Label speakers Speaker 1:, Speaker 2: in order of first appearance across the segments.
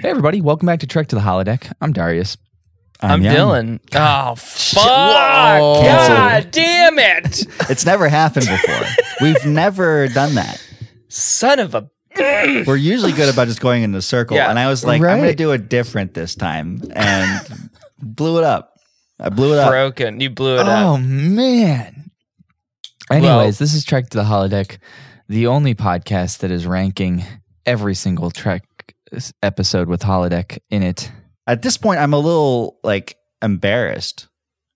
Speaker 1: Hey, everybody. Welcome back to Trek to the Holodeck. I'm Darius.
Speaker 2: I'm
Speaker 1: young.
Speaker 2: Dylan. Oh fuck!
Speaker 3: Whoa.
Speaker 2: God damn it!
Speaker 3: It's never happened before. We've never done that.
Speaker 2: Son of a
Speaker 3: We're usually good about just going in a circle.
Speaker 2: Yeah.
Speaker 3: And I was like, I'm going
Speaker 1: Right.
Speaker 3: to do it different this time. And blew it up. I blew it up.
Speaker 2: broken. You blew it
Speaker 1: Oh,
Speaker 2: up.
Speaker 1: man. Anyways,
Speaker 2: Well-
Speaker 1: this is Trek to the Holodeck, the only podcast that is ranking every single Trek s- episode with Holodeck in it.
Speaker 3: At this point, I'm a little like embarrassed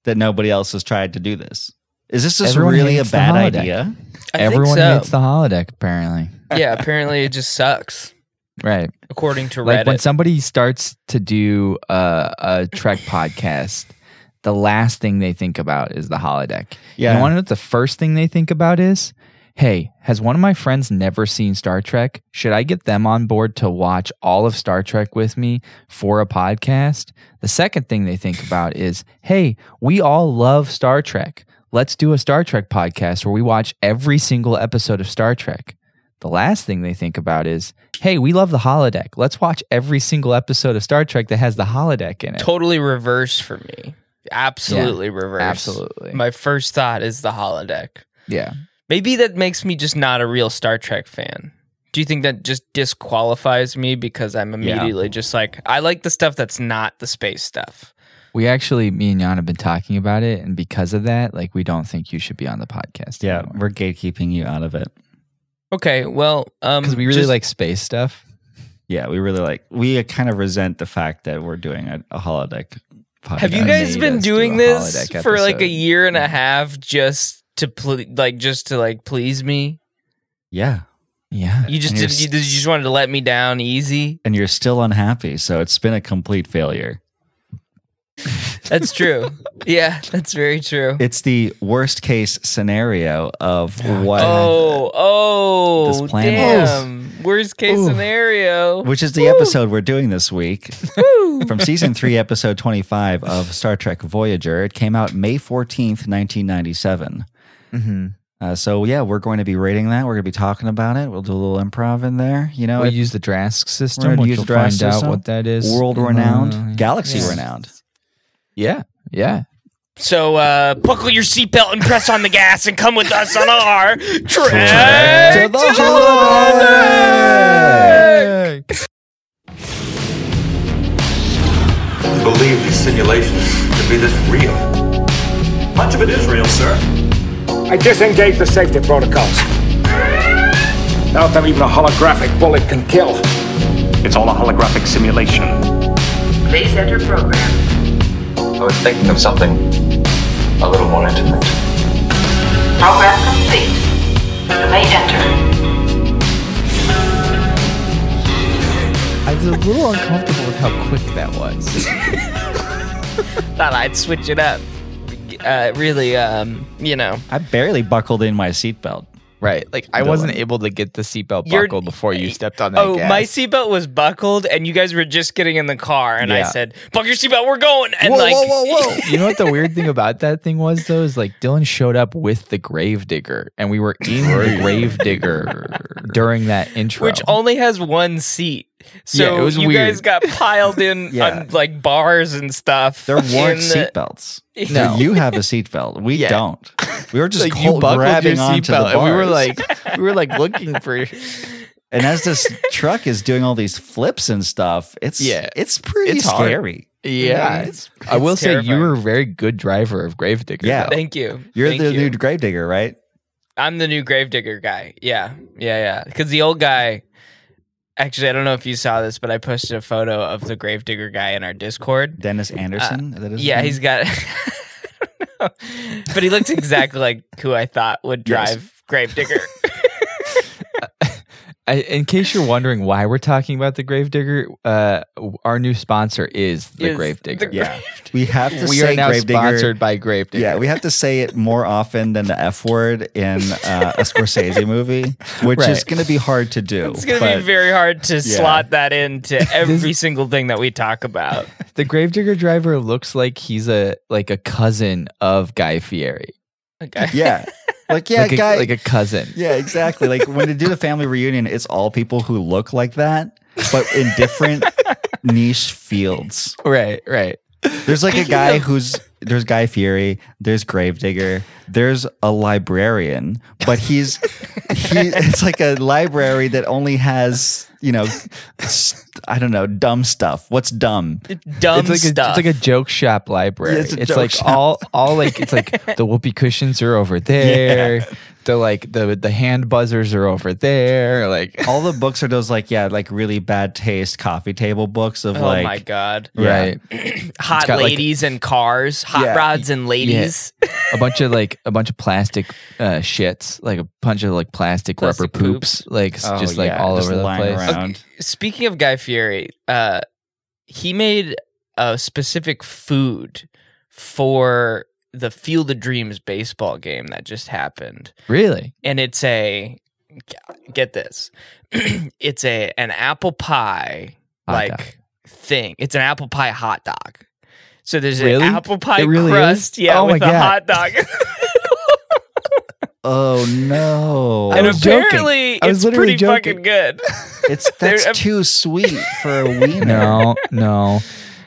Speaker 3: that nobody else has tried to do this. Is this just
Speaker 1: Everyone
Speaker 3: really a
Speaker 1: hates the
Speaker 3: bad
Speaker 1: holodeck.
Speaker 3: idea?
Speaker 2: I
Speaker 1: Oh, Everyone
Speaker 2: think so.
Speaker 1: hates the Holodeck, apparently.
Speaker 2: yeah, apparently it just sucks,
Speaker 1: Right.
Speaker 2: according to
Speaker 1: Like
Speaker 2: Reddit.
Speaker 1: when somebody starts to do uh, a Trek podcast, the last thing they think about is the holodeck.
Speaker 3: Yeah.
Speaker 1: You want to know what the first thing they think about is? Hey, has one of my friends never seen Star Trek? Should I get them on board to watch all of Star Trek with me for a podcast? The second thing they think about is, hey, we all love Star Trek. Let's do a Star Trek podcast where we watch every single episode of Star Trek. The last thing they think about is, hey, we love the holodeck. Let's watch every single episode of Star Trek that has the holodeck in it.
Speaker 2: totally reverse for me. Absolutely reverse.
Speaker 1: Absolutely.
Speaker 2: My first thought is the holodeck.
Speaker 1: yeah.
Speaker 2: Maybe that makes me just not a real Star Trek fan. Do you think that just disqualifies me because I'm immediately just like I like the stuff that's not the space stuff?
Speaker 1: We actually, me and Jan have been talking about it, and because of that, like we don't think you should be on the podcast.
Speaker 3: yeah, we're gatekeeping you out of it.
Speaker 2: Okay, well, um,
Speaker 1: because we really
Speaker 2: just-
Speaker 1: like space stuff.
Speaker 3: Yeah, we really like, we kind of resent the fact that we're doing a, a holodeck podcast.
Speaker 2: Have you
Speaker 1: They
Speaker 2: guys
Speaker 1: made
Speaker 2: been
Speaker 1: us do
Speaker 2: doing
Speaker 1: a
Speaker 2: this
Speaker 1: holodeck
Speaker 2: for like
Speaker 1: episode.
Speaker 2: a year and a half just to ple- like just to like please me?
Speaker 3: Yeah.
Speaker 1: Yeah.
Speaker 2: You just
Speaker 3: And you're
Speaker 2: did, you, you just wanted to let me down easy.
Speaker 3: And you're still unhappy. So it's been a complete failure.
Speaker 2: That's true. yeah, that's very true.
Speaker 3: It's the worst case scenario of what,
Speaker 2: oh, oh,
Speaker 3: This planet.
Speaker 2: damn. Worst case scenario.
Speaker 3: which is the episode we're doing this week from season three, episode 25 of Star Trek Voyager. It came out May 14th, 1997.
Speaker 1: Mm-hmm.
Speaker 3: Uh, so, yeah, we're going to be rating that. We're going to be talking about it. We'll do a little improv in there. You know,
Speaker 1: we
Speaker 3: it-
Speaker 1: use the Drask
Speaker 3: We're
Speaker 1: system,
Speaker 3: gonna
Speaker 1: which
Speaker 3: use
Speaker 1: you'll
Speaker 3: the Drask
Speaker 1: find
Speaker 3: system.
Speaker 1: out what that is.
Speaker 3: world renowned,
Speaker 1: Uh,
Speaker 3: galaxy
Speaker 2: yeah.
Speaker 3: renowned.
Speaker 1: Yeah. Yeah.
Speaker 2: So uh, buckle your seatbelt and press on the gas and come with us on our
Speaker 3: Trek to
Speaker 2: trek.
Speaker 3: the holiday!
Speaker 4: believe these simulations to be this real. Much of it is real, sir.
Speaker 5: I disengage the safety protocols. Nothing even a holographic bullet can kill.
Speaker 4: It's all a holographic simulation.
Speaker 6: Please enter program.
Speaker 7: I was thinking of something a little more intimate.
Speaker 6: Program complete. You may enter.
Speaker 1: I was a little uncomfortable with how quick that was.
Speaker 2: Thought I'd switch it up. Uh, really, um, you know,
Speaker 3: I barely buckled in my seatbelt.
Speaker 1: right. Like I wasn't able to get the seatbelt
Speaker 2: You're-
Speaker 1: buckled before you stepped on that.
Speaker 2: oh,
Speaker 1: gas.
Speaker 2: my seatbelt was buckled, and you guys were just getting in the car, and I
Speaker 1: Yeah.
Speaker 2: said, "Buckle your seatbelt, we're going." And
Speaker 1: Whoa,
Speaker 2: like,
Speaker 1: whoa, whoa, whoa. you know what the weird thing about that thing was though is like Dylan showed up with the gravedigger and we were in the gravedigger during that intro.
Speaker 2: which only has one seat, so
Speaker 1: Yeah, it was
Speaker 2: you
Speaker 1: weird.
Speaker 2: guys got piled in
Speaker 3: Yeah.
Speaker 2: on like bars and stuff.
Speaker 3: There weren't
Speaker 2: in the-
Speaker 3: seatbelts.
Speaker 1: No.
Speaker 3: You have a seatbelt. We
Speaker 1: Yeah.
Speaker 3: don't. We were just
Speaker 1: like you
Speaker 3: cold,
Speaker 1: buckled
Speaker 3: grabbing
Speaker 1: your
Speaker 3: onto the
Speaker 1: seatbelt and we were
Speaker 3: bars.
Speaker 1: like we were like looking for
Speaker 3: And as this truck is doing all these flips and stuff, it's
Speaker 1: Yeah.
Speaker 3: it's pretty
Speaker 1: It's hard.
Speaker 3: scary.
Speaker 1: Yeah.
Speaker 3: It's-
Speaker 1: I will
Speaker 2: it's
Speaker 1: say you
Speaker 2: terrifying.
Speaker 1: were a very good driver of gravedigger.
Speaker 3: Yeah.
Speaker 1: though.
Speaker 2: Thank you.
Speaker 3: You're
Speaker 2: Thank
Speaker 3: the
Speaker 2: you.
Speaker 3: new gravedigger, right?
Speaker 2: I'm the new gravedigger guy. Yeah. Yeah. Yeah. Because the old guy, actually, I don't know if you saw this, but I posted a photo of the gravedigger guy in our Discord.
Speaker 1: Uh,
Speaker 3: Dennis Anderson. Is that his
Speaker 2: Yeah.
Speaker 3: name?
Speaker 2: He's got, I don't know. but he looks exactly like who I thought would
Speaker 3: Yes.
Speaker 2: drive gravedigger.
Speaker 1: I, in case you're wondering why we're talking about the gravedigger, uh, our new sponsor is the
Speaker 2: Is
Speaker 1: gravedigger.
Speaker 2: the
Speaker 3: yeah. We have to
Speaker 1: We
Speaker 3: say
Speaker 1: are now
Speaker 3: gravedigger.
Speaker 1: sponsored by Gravedigger.
Speaker 3: Yeah, we have to say it more often than the F word in uh, a Scorsese movie, which is
Speaker 1: Right.
Speaker 3: going to be hard to do.
Speaker 2: It's going to
Speaker 3: but
Speaker 2: be very hard to slot that into every single thing that we talk about.
Speaker 1: The gravedigger driver looks like he's a like a cousin of Guy Fieri.
Speaker 2: Okay.
Speaker 3: yeah, like yeah,
Speaker 1: like,
Speaker 3: guy,
Speaker 1: a, like a cousin.
Speaker 3: yeah, exactly. Like when they do the family reunion, it's all people who look like that, but in different niche fields.
Speaker 1: right, right.
Speaker 3: There's like a guy who's there's Guy Fury, there's Gravedigger, there's a librarian, but he's he, it's like a library that only has you know s- I don't know dumb stuff. What's dumb?
Speaker 2: Dumb
Speaker 1: it's like
Speaker 2: stuff.
Speaker 1: A, it's like a joke shop library.
Speaker 3: Yeah, it's
Speaker 1: it's
Speaker 3: a joke
Speaker 1: like
Speaker 3: shop.
Speaker 1: all all like it's like the whoopee cushions are over there. The like the the hand buzzers are over there. Like
Speaker 3: All the books are those like yeah like really bad taste coffee table books of
Speaker 2: oh
Speaker 3: like
Speaker 2: my god.
Speaker 1: right,
Speaker 2: Hot
Speaker 1: got like-
Speaker 2: ladies and cars, hot
Speaker 1: Yeah,
Speaker 2: rods and ladies.
Speaker 1: a bunch of like a bunch of plastic uh, shits, like a bunch of like plastic, rubber
Speaker 2: Plastic
Speaker 1: poops, like s-
Speaker 3: Oh,
Speaker 1: just like
Speaker 3: yeah,
Speaker 1: all
Speaker 3: just
Speaker 1: over the
Speaker 3: lying
Speaker 1: place.
Speaker 3: around.
Speaker 2: Speaking of Guy Fieri, uh, he made a specific food for the Field of Dreams baseball game that just happened.
Speaker 1: Really?
Speaker 2: and it's a get this it's a an apple pie
Speaker 1: Hot
Speaker 2: like
Speaker 1: dog.
Speaker 2: thing it's an apple pie hot dog so there's
Speaker 1: Really?
Speaker 2: an apple pie
Speaker 1: It really
Speaker 2: crust
Speaker 1: is?
Speaker 2: yeah
Speaker 1: Oh my
Speaker 2: with a
Speaker 1: God.
Speaker 2: hot dog
Speaker 3: Oh no!
Speaker 2: and
Speaker 1: was joking.
Speaker 2: apparently
Speaker 1: I was
Speaker 2: it's
Speaker 1: literally
Speaker 2: pretty fucking
Speaker 1: joking.
Speaker 2: good
Speaker 3: it's
Speaker 2: There-
Speaker 3: that's too sweet for a wiener.
Speaker 1: No, no.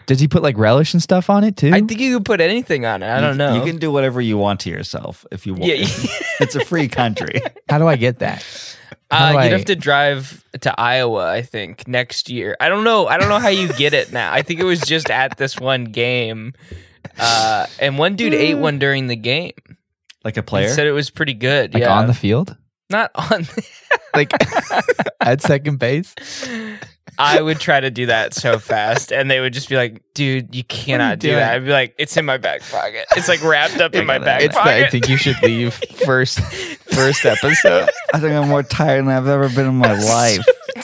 Speaker 1: Does he put like relish and stuff on it too?
Speaker 2: i think you could put anything on it i don't know
Speaker 3: You can do whatever you want to yourself if you want.
Speaker 2: Yeah.
Speaker 3: it's a free country.
Speaker 1: How do I get that?
Speaker 2: uh,
Speaker 1: How do
Speaker 2: you'd
Speaker 1: I-
Speaker 2: have to drive to iowa i think next year i don't know i don't know how you get it now i think it was just at this one game uh, and one dude ate one during the game
Speaker 3: Like a
Speaker 2: He
Speaker 3: player.
Speaker 2: said it was pretty good.
Speaker 1: Like
Speaker 2: yeah,
Speaker 1: on the field?
Speaker 2: not on.
Speaker 1: Like at second base?
Speaker 2: I would try to do that so fast, and they would just be like, "Dude, you cannot do
Speaker 1: doing?"
Speaker 2: that." I'd be like, "It's in my back pocket. It's like wrapped up in my back
Speaker 1: It's the
Speaker 2: pocket."
Speaker 1: I think you should leave first first episode.
Speaker 3: I think I'm more tired than I've ever been in my life.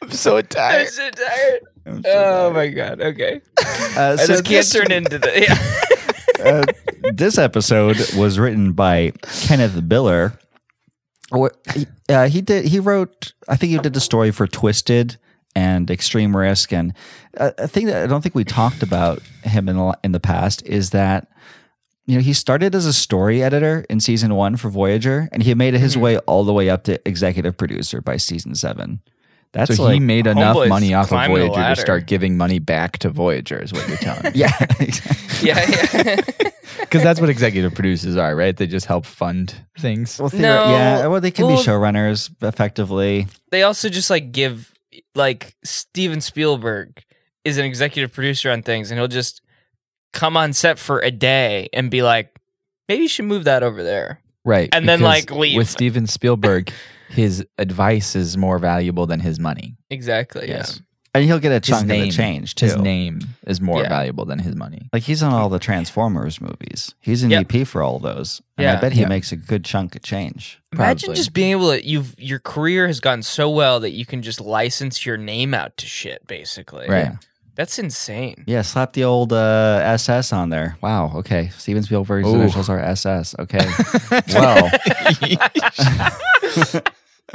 Speaker 1: I'm so
Speaker 2: I'm
Speaker 1: tired.
Speaker 2: so tired.
Speaker 3: I'm so
Speaker 2: Oh my god. Okay,
Speaker 3: Uh,
Speaker 2: I
Speaker 3: so
Speaker 2: just can't turn into the. Yeah.
Speaker 3: uh, this episode was written by Kenneth Biller. Or- Uh, he did. He wrote. I think he did the story for Twisted and Extreme Risk. And uh, a thing that I don't think we talked about him in the, in the past is that you know he started as a story editor in season one for Voyager, and he made his
Speaker 1: Mm-hmm.
Speaker 3: way all the way up to executive producer by season seven. That's
Speaker 1: So
Speaker 3: like
Speaker 1: he made enough
Speaker 2: Homeboy's
Speaker 1: money off of
Speaker 2: climbing the
Speaker 1: Voyager to
Speaker 2: ladder.
Speaker 1: start giving money back to Voyager, is what you're telling me.
Speaker 3: yeah.
Speaker 2: yeah, yeah.
Speaker 1: Because that's what executive producers are, right? They just help fund things.
Speaker 3: Well, theor-
Speaker 2: No.
Speaker 3: yeah. Well, they can be
Speaker 2: Well-
Speaker 3: showrunners effectively.
Speaker 2: They also just like give like Steven Spielberg is an executive producer on things, and he'll just come on set for a day and be like, "Maybe you should move that over there."
Speaker 1: Right.
Speaker 2: And then,
Speaker 1: because
Speaker 2: like, leave.
Speaker 1: With Steven Spielberg, his advice is more valuable than his money.
Speaker 2: Exactly.
Speaker 1: Yes.
Speaker 3: And he'll get a chunk
Speaker 1: his name,
Speaker 3: of the change too.
Speaker 1: His name is more
Speaker 2: Yeah.
Speaker 1: valuable than his money.
Speaker 3: Like he's on all the Transformers movies. He's an
Speaker 2: Yep.
Speaker 3: EP for all those. And I
Speaker 2: Yeah.
Speaker 3: bet he
Speaker 1: Yeah.
Speaker 3: makes a good chunk of change.
Speaker 2: Imagine
Speaker 1: Probably.
Speaker 2: just being able to you've your career has gotten so well that you can just license your name out to shit basically.
Speaker 1: Right.
Speaker 3: Yeah.
Speaker 2: That's insane.
Speaker 3: Yeah, slap the old uh, SS on there. Wow. Okay. Steven Spielberg's
Speaker 1: Ooh.
Speaker 3: initials are SS. Okay. well,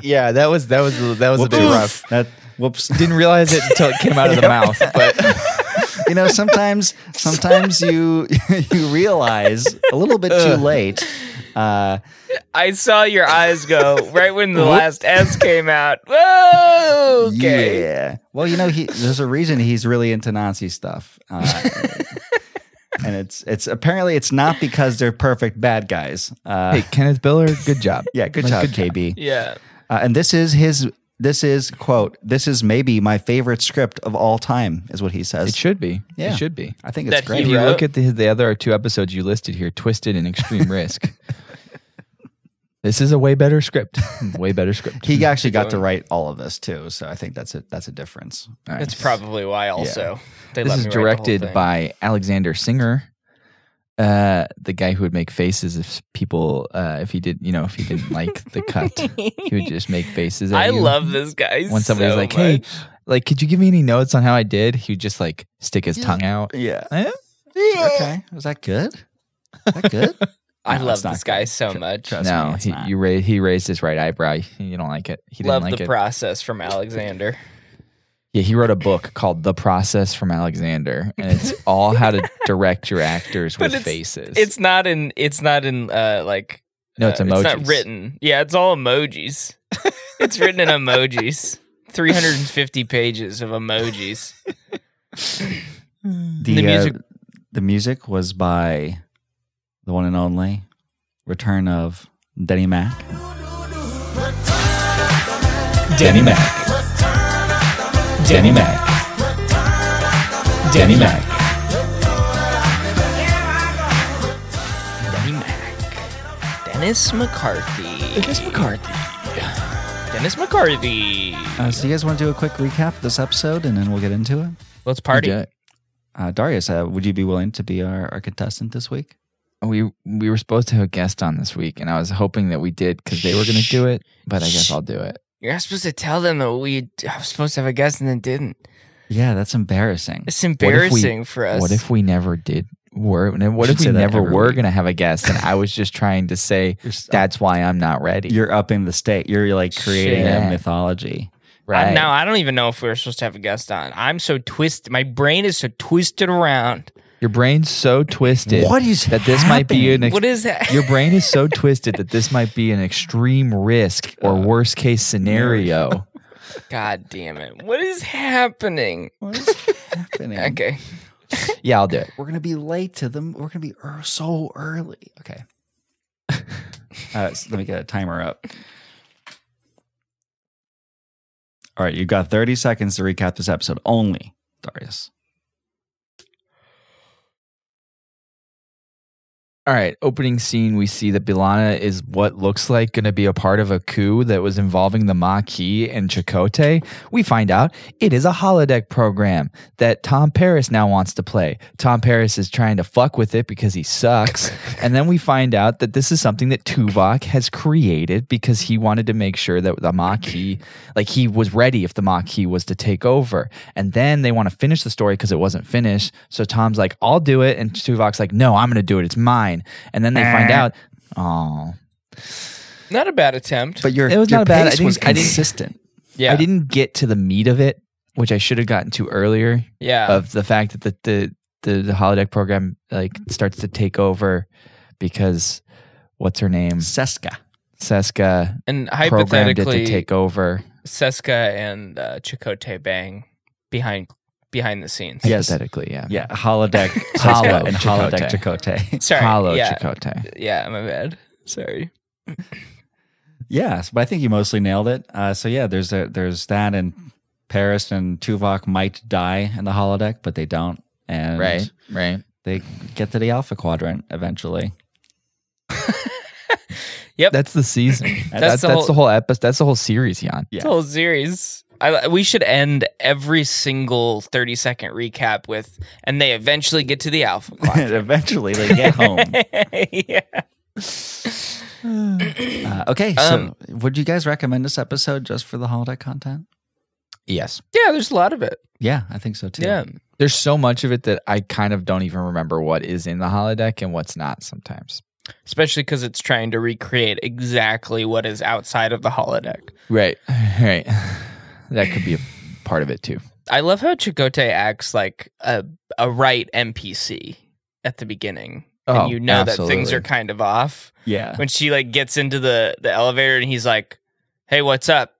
Speaker 1: Yeah, that was that was that was
Speaker 3: whoops. That whoops.
Speaker 1: Didn't realize it until it came out of the mouth, but
Speaker 3: you know, sometimes sometimes you you realize a little bit too late. Uh,
Speaker 2: I saw your eyes go right when the last S came out. Whoa, okay.
Speaker 3: Yeah. Well, you know, he there's a reason he's really into Nazi stuff. Uh, and it's it's apparently it's not because they're perfect bad guys. Uh,
Speaker 1: hey, Kenneth Biller, good job.
Speaker 3: yeah, good
Speaker 1: Like,
Speaker 3: job,
Speaker 1: good
Speaker 3: KB.
Speaker 2: Yeah.
Speaker 3: Uh, and this is his. This is quote. This is maybe my favorite script of all time, is what he says.
Speaker 1: It should be.
Speaker 3: Yeah.
Speaker 1: It should be.
Speaker 3: I think it's
Speaker 2: That
Speaker 3: great.
Speaker 1: If you
Speaker 2: wrote-
Speaker 1: look at the, the other two episodes you listed here, Twisted and Extreme Risk, this is a way better script. Way better script.
Speaker 3: He actually got to write all of this too, so I think that's a that's a difference.
Speaker 2: That's probably why also. They
Speaker 1: this
Speaker 2: let
Speaker 1: is
Speaker 2: me write the whole
Speaker 1: directed
Speaker 2: thing.
Speaker 1: by Alexander Singer, uh, the guy who would make faces if people, uh, if he did, you know, if he didn't like the cut, he would just make faces. At
Speaker 2: I
Speaker 1: you.
Speaker 2: love this guy.
Speaker 1: when somebody's
Speaker 2: so
Speaker 1: like,
Speaker 2: much.
Speaker 1: "Hey, like, could you give me any notes on how I did?" He would just like stick his tongue out.
Speaker 3: Yeah.
Speaker 1: Eh?
Speaker 3: Okay. Was that good? Is that good?
Speaker 2: I
Speaker 3: No,
Speaker 2: love
Speaker 3: it's not
Speaker 2: this guy
Speaker 3: good.
Speaker 2: so
Speaker 3: Tr-
Speaker 2: much.
Speaker 3: trust me,
Speaker 1: No,
Speaker 3: it's
Speaker 1: he,
Speaker 3: not.
Speaker 1: you ra- he raised his right eyebrow. You don't like it. He didn't
Speaker 2: Love
Speaker 1: like
Speaker 2: the
Speaker 1: it.
Speaker 2: process from Alexander.
Speaker 1: yeah, he wrote a book called "The Process from Alexander," and it's all how to direct your actors
Speaker 2: But
Speaker 1: with faces.
Speaker 2: It's not in it's not in uh like
Speaker 1: no, it's
Speaker 2: Uh,
Speaker 1: emojis.
Speaker 2: It's not written. Yeah, it's all emojis. it's written in emojis. 350 pages of emojis.
Speaker 3: The,
Speaker 2: The music-
Speaker 3: music, the music was by the one and only Return of Denny Mac.
Speaker 8: Denny Mac. Denny Mac. Denny Mac.
Speaker 2: Denny Mac. Dennis McCarthy.
Speaker 8: Dennis McCarthy.
Speaker 2: Dennis McCarthy.
Speaker 3: Uh, so you guys want to do a quick recap of this episode, and then we'll get into it.
Speaker 2: Let's party.
Speaker 1: Yeah.
Speaker 3: Uh, Darius, uh, would you be willing to be our, our contestant this week?
Speaker 1: We we were supposed to have a guest on this week, and I was hoping that we did because they were going to do it. But I guess I'll do it.
Speaker 2: You're not supposed to tell them that we I was supposed to have a guest and then didn't.
Speaker 3: Yeah, that's embarrassing.
Speaker 2: It's
Speaker 1: What if we-
Speaker 2: embarrassing for us.
Speaker 1: What if we never did? Were and what
Speaker 3: should
Speaker 1: if we
Speaker 3: say that
Speaker 1: never
Speaker 3: every
Speaker 1: were
Speaker 3: week.
Speaker 1: going to have a guest? And I was just trying to say
Speaker 3: You're, s-
Speaker 1: that's why I'm not ready.
Speaker 3: you're upping the state. You're like creating
Speaker 1: Shit.
Speaker 3: a mythology.
Speaker 2: I, now I don't even know if we were supposed to have a guest on. I'm so twisted. My brain is so twisted around.
Speaker 1: Your brain's so twisted.
Speaker 3: What is
Speaker 1: that? This might be an. Ex-
Speaker 2: What is that?
Speaker 1: your brain is so twisted that this might be an extreme risk or worst case Uh, scenario.
Speaker 2: God damn it! What is happening?
Speaker 1: Hmm.
Speaker 3: What is happening?
Speaker 2: Okay,
Speaker 1: Yeah, I'll do it.
Speaker 3: We're gonna be late to them. We're gonna be er- so early. Okay. uh, so let me get a timer up. All right, you've got 30 seconds to recap this episode only, Darius.
Speaker 1: All right, opening scene we see that Bilana is what looks like going to be a part of a coup that was involving the Maquis and Chakotay. We find out it is a holodeck program that Tom Paris now wants to play. Tom Paris is trying to fuck with it because he sucks. and then we find out that this is something that Tuvok has created because he wanted to make sure that the Maquis, like he was ready if the Maquis was to take over. And then they want to finish the story because it wasn't finished. So Tom's like, I'll do it. And Tuvok's like, no, I'm going to do it. It's mine. And then they find out, oh,
Speaker 2: not a bad attempt.
Speaker 3: But your,
Speaker 1: It was
Speaker 3: your
Speaker 1: not bad. I
Speaker 3: pace was
Speaker 1: didn't- I didn't-
Speaker 3: consistent.
Speaker 2: yeah,
Speaker 1: I didn't get to the meat of it, which I should have gotten to earlier
Speaker 2: yeah.
Speaker 1: of the fact that the, the, the, the holodeck program like starts to take over because what's her name?
Speaker 3: Seska.
Speaker 1: Seska
Speaker 2: and
Speaker 1: programmed it to
Speaker 2: hypothetically,
Speaker 1: take over.
Speaker 2: Seska and uh, Chakotay bang behind behind the scenes.
Speaker 3: Yes.
Speaker 1: Hypothetically, yeah.
Speaker 3: Yeah, holodeck
Speaker 1: Hollow
Speaker 3: Seska and holodeck Chakotay.
Speaker 2: Sorry.
Speaker 1: Hollow
Speaker 2: yeah.
Speaker 1: Chakotay.
Speaker 2: Yeah, my bad. Sorry.
Speaker 3: yes, but I think you mostly nailed it. Uh, so yeah, there's a, there's that and Paris and Tuvok might die in the holodeck, but they don't. And
Speaker 1: Right, right.
Speaker 3: they get to the alpha quadrant eventually.
Speaker 1: That's the season. that's,
Speaker 2: That's
Speaker 1: that's,
Speaker 2: the
Speaker 1: the,
Speaker 2: whole-
Speaker 1: whole, episode. That's the whole series, Jan.
Speaker 3: Yeah.
Speaker 2: It's a whole series. I, we should end every single 30 second recap with, and they eventually get to the alpha
Speaker 3: And
Speaker 2: quadrant.
Speaker 3: eventually they get home.
Speaker 2: yeah.
Speaker 3: Uh, okay,
Speaker 2: Um,
Speaker 3: so would you guys recommend this episode just for the holodeck content?
Speaker 1: Yes.
Speaker 2: Yeah, there's a lot of it.
Speaker 3: Yeah, I think so too.
Speaker 2: Yeah.
Speaker 1: There's so much of it that I kind of don't even remember what is in the holodeck and what's not sometimes.
Speaker 2: Especially because it's trying to recreate exactly what is outside of the holodeck.
Speaker 1: Right. Right. That could be a part of it too.
Speaker 2: I love how Chakotay acts like a, a right NPC at the beginning.
Speaker 1: Oh,
Speaker 2: and you know that things
Speaker 1: absolutely.
Speaker 2: are kind of off.
Speaker 3: Yeah.
Speaker 2: when she like gets into the the elevator and he's like, "Hey, what's up?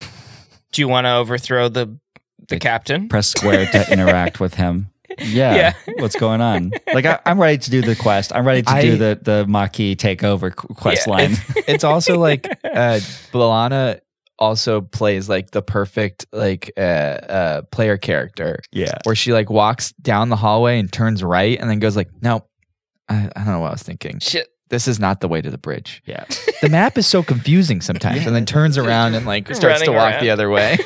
Speaker 2: Do you want to overthrow the the
Speaker 3: It-
Speaker 2: captain?"
Speaker 3: Press square to interact with him. Yeah.
Speaker 2: Yeah.
Speaker 3: What's going on? Like I, I'm ready to do the quest. I'm ready to
Speaker 1: I-
Speaker 3: do the the Maquis takeover qu- quest
Speaker 2: Yeah.
Speaker 3: line.
Speaker 1: It's also like uh Blalana also plays like the perfect like uh uh player character
Speaker 3: yeah.
Speaker 1: where she like walks down the hallway and turns right and then goes like, "No. I, I don't know what I was thinking.
Speaker 2: Shit.
Speaker 1: This is not the way to the bridge."
Speaker 3: Yeah.
Speaker 1: the map is so confusing sometimes and then turns around and like starts to
Speaker 2: Running
Speaker 1: walk
Speaker 2: around.
Speaker 1: the other way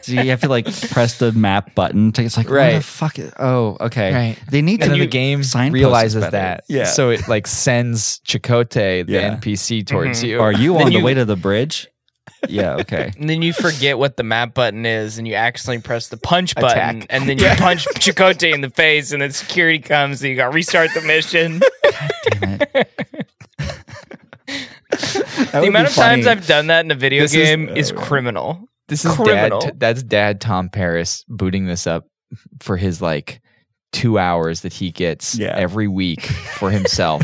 Speaker 3: So you have to like press the map button. To, it's like right.
Speaker 1: Right.
Speaker 3: fuck? Is, oh, okay.
Speaker 1: Right.
Speaker 3: They need
Speaker 1: and
Speaker 3: to
Speaker 1: then the game
Speaker 3: signpost
Speaker 1: realizes
Speaker 3: better.
Speaker 1: that
Speaker 3: Yeah.
Speaker 1: so it like sends chicote the
Speaker 3: Yeah.
Speaker 1: npc towards
Speaker 2: Mhm.
Speaker 1: you
Speaker 3: Are you on the
Speaker 2: you-
Speaker 3: way to the bridge? Yeah, okay.
Speaker 2: And then you forget what the map button is, and you accidentally press the punch button,
Speaker 1: Attack.
Speaker 2: and then you punch Chakotay in the face, and then security comes, and you got to restart the mission.
Speaker 3: Damn it.
Speaker 2: the amount of times I've done that in a video
Speaker 1: This is- uh,
Speaker 2: game is, criminal.
Speaker 1: this is
Speaker 2: criminal.
Speaker 1: dad that's dad tom paris booting this up for his like two hours that he gets
Speaker 3: Yeah.
Speaker 1: every week for himself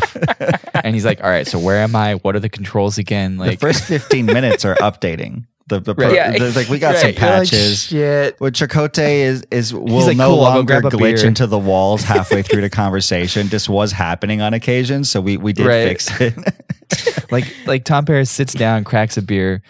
Speaker 1: and he's like all right so where am i what are the controls again like
Speaker 3: the first 15 minutes are updating. The, the, per-
Speaker 1: Right.
Speaker 3: the- like we got
Speaker 1: Right,
Speaker 3: some
Speaker 1: you're like,
Speaker 3: patches.
Speaker 1: shit.
Speaker 3: What Chakotay is is will
Speaker 1: like,
Speaker 3: no
Speaker 1: "Cool, I'll go
Speaker 3: longer
Speaker 1: grab a
Speaker 3: glitch
Speaker 1: beer."
Speaker 3: into the walls halfway through the conversation. This was happening on occasion, so we we did
Speaker 1: Right.
Speaker 3: fix it.
Speaker 1: like like Tom Paris sits down, cracks a beer,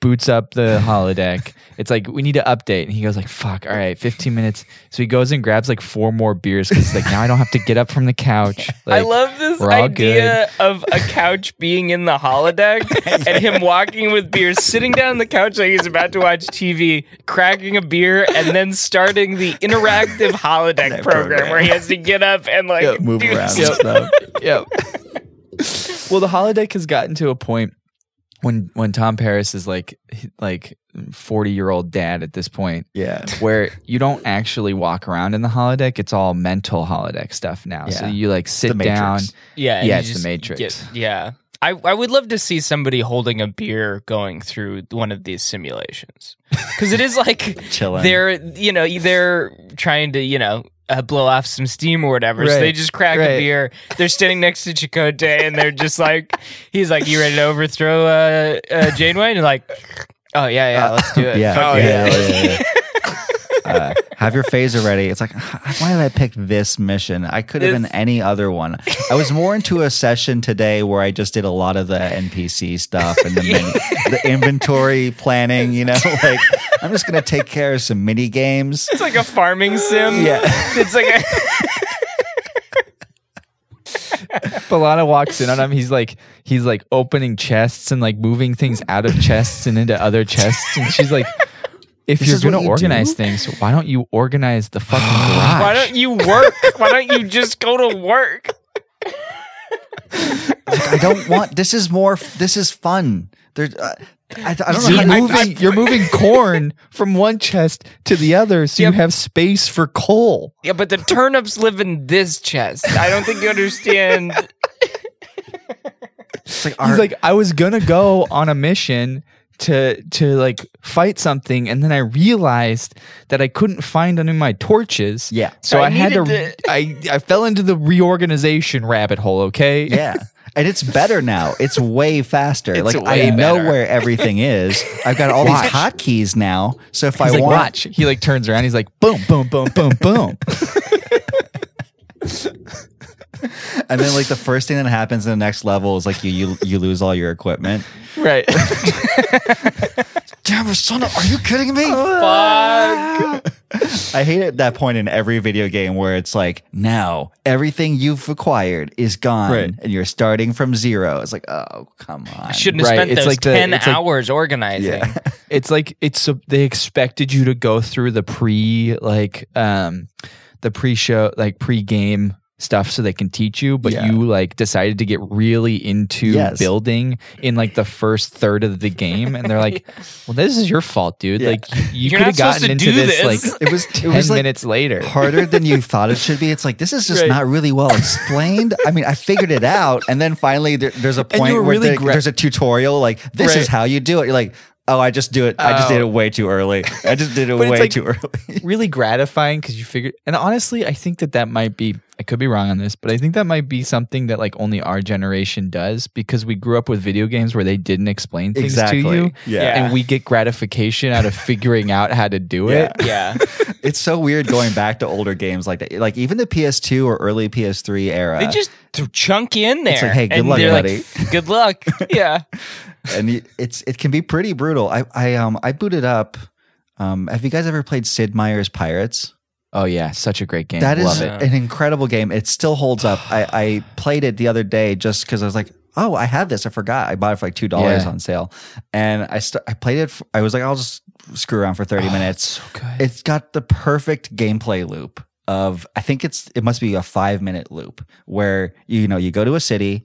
Speaker 1: boots up the holodeck. It's like we need to update, and he goes like, "Fuck, all right, fifteen minutes." So he goes and grabs like four more beers because like now I don't have to get up from the couch.
Speaker 2: I
Speaker 1: Like,
Speaker 2: love this
Speaker 1: we're all
Speaker 2: idea of a couch being in the holodeck and him walking with beer, sitting down on the couch like he's about to watch TV, cracking a beer, and then starting the interactive holodeck program,
Speaker 3: program.
Speaker 2: where he has to get up and like
Speaker 1: Yeah,
Speaker 3: Move
Speaker 2: do
Speaker 3: around and
Speaker 2: stuff.
Speaker 3: stuff.
Speaker 1: yeah. well, the holodeck has gotten to a point when when Tom Paris is like like forty year old dad at this point.
Speaker 3: Yeah.
Speaker 1: Where you don't actually walk around in the holodeck, it's all mental holodeck stuff now. So
Speaker 3: Yeah.
Speaker 1: you like sit
Speaker 3: Matrix.
Speaker 1: down,
Speaker 2: Yeah,
Speaker 1: Yeah,
Speaker 2: you
Speaker 1: it's the
Speaker 2: just
Speaker 1: Matrix.
Speaker 2: yeah, I I would love to see somebody holding a beer going through one of these simulations because it is like
Speaker 3: Chilling.
Speaker 2: They're you know they're trying to you know. Uh, blow off some steam or whatever. So
Speaker 1: Right,
Speaker 2: they just crack
Speaker 1: right.
Speaker 2: a beer. They're standing next to Chicote and they're just like, he's like, "You ready to overthrow uh, uh, Janeway?" And you're like, "Oh yeah,
Speaker 1: Uh,
Speaker 2: yeah, let's do it." Oh,
Speaker 3: Yeah.
Speaker 2: Fuck
Speaker 3: Oh, yeah, yeah, yeah, yeah. Uh, have your phaser ready. It's like, "H- why did I pick this mission? I could have been
Speaker 2: It's-
Speaker 3: any other one. I was more into a session today where I just did a lot of the NPC stuff and the, mini, the inventory planning. You know, like I'm just gonna take care of some mini games.
Speaker 2: It's like a farming sim.
Speaker 3: Yeah.
Speaker 2: It's like a.
Speaker 1: Balana walks in on him. He's like, he's like opening chests and like moving things out of chests and into other chests. And she's like, if
Speaker 3: This
Speaker 1: you're
Speaker 3: is what
Speaker 1: gonna
Speaker 3: you
Speaker 1: organize
Speaker 3: do?
Speaker 1: things, why don't you organize the fucking garage?
Speaker 2: Why don't you work? Why don't you just go to work?
Speaker 3: I don't want. This is more. This is fun. There. Uh, I, I don't know.
Speaker 1: you're,
Speaker 3: how-
Speaker 1: moving, you're moving corn from one chest to the other, so
Speaker 2: Yep.
Speaker 1: you have space for coal.
Speaker 2: Yeah, but the turnips live in this chest. I don't think you understand.
Speaker 3: It's
Speaker 1: He's
Speaker 3: like, our-
Speaker 1: like, I was gonna go on a mission to to like fight something, and then I realized that I couldn't find any of my torches.
Speaker 3: Yeah.
Speaker 1: so I,
Speaker 2: I
Speaker 1: had to.
Speaker 2: needed
Speaker 1: I I fell into the reorganization rabbit hole. Okay.
Speaker 3: Yeah. And it's better now. It's way faster.
Speaker 1: It's
Speaker 3: like
Speaker 1: way
Speaker 3: I know
Speaker 1: better.
Speaker 3: where everything is. I've got all
Speaker 1: Watch.
Speaker 3: these hotkeys now. So if
Speaker 1: He's
Speaker 3: I
Speaker 1: like,
Speaker 3: want,
Speaker 1: watch. He like turns around. He's like, boom, boom, boom, boom, boom.
Speaker 3: and then like the first thing that happens in the next level is like you you, you lose all your equipment.
Speaker 1: right.
Speaker 3: Damn, son, are you kidding me? I hate at that point in every video game where it's like now everything you've acquired is gone
Speaker 1: Right.
Speaker 3: and you're starting from zero. It's like oh come on.
Speaker 2: I shouldn't have
Speaker 1: Right,
Speaker 2: spent
Speaker 1: it's
Speaker 2: those
Speaker 1: like the-
Speaker 2: ten
Speaker 1: it's like-
Speaker 2: hours organizing.
Speaker 3: Yeah.
Speaker 1: It's like it's so they expected you to go through the pre like um the pre show like pre game stuff so they can teach you, but
Speaker 3: Yeah.
Speaker 1: you like decided to get really into
Speaker 3: Yes.
Speaker 1: building in like the first third of the game, and they're like, well, this is your fault, dude.
Speaker 3: Yeah.
Speaker 1: Like you- you
Speaker 2: You're
Speaker 1: could have
Speaker 2: not supposed
Speaker 1: gotten
Speaker 2: to
Speaker 1: into
Speaker 2: do
Speaker 1: this,
Speaker 2: this.
Speaker 1: like
Speaker 3: It was
Speaker 1: ten
Speaker 3: it was like
Speaker 1: minutes later.
Speaker 3: harder than you thought it should be. It's like this is just
Speaker 1: Right.
Speaker 3: not really well explained. I mean, I figured it out, and then finally there, there's a
Speaker 1: you
Speaker 3: point
Speaker 1: were
Speaker 3: where
Speaker 1: really
Speaker 3: there-
Speaker 1: gra-
Speaker 3: there's a tutorial like this
Speaker 1: Right.
Speaker 3: is how you do it. You're like, oh, I just do it. I just
Speaker 1: Oh.
Speaker 3: did it way too early. I just did it
Speaker 1: But it's
Speaker 3: way
Speaker 1: like-
Speaker 3: too early.
Speaker 1: really gratifying because you figured and honestly i think that that might be i could be wrong on this but i think that might be something that like only our generation does because we grew up with video games where they didn't explain things to you
Speaker 3: Yeah.
Speaker 1: and we get gratification out of figuring out how to do
Speaker 3: Yeah.
Speaker 1: it
Speaker 2: Yeah.
Speaker 3: It's so weird going back to older games like that. Like even the PS2 or early PS3 era.
Speaker 2: They just th- chunk you in there.
Speaker 3: like, hey, good
Speaker 2: and
Speaker 3: luck,
Speaker 2: they're like,
Speaker 3: buddy.
Speaker 2: good luck. Yeah.
Speaker 3: and you- it's it can be pretty brutal. I I um I booted up. Um, have you guys ever played Sid Meier's Pirates?
Speaker 1: oh yeah such a great game
Speaker 3: That is
Speaker 1: love it
Speaker 2: Yeah.
Speaker 3: an incredible game. It still holds up. I, I played it the other day just because I was like, oh, I have this. I forgot. I bought it for like two dollars
Speaker 1: Yeah.
Speaker 3: on sale, and I st- I played it. f I I was like, I'll just screw around for thirty minutes.
Speaker 1: Oh, so good
Speaker 3: It's got the perfect gameplay loop of I think it's it must be a five minute loop where you know you go to a city,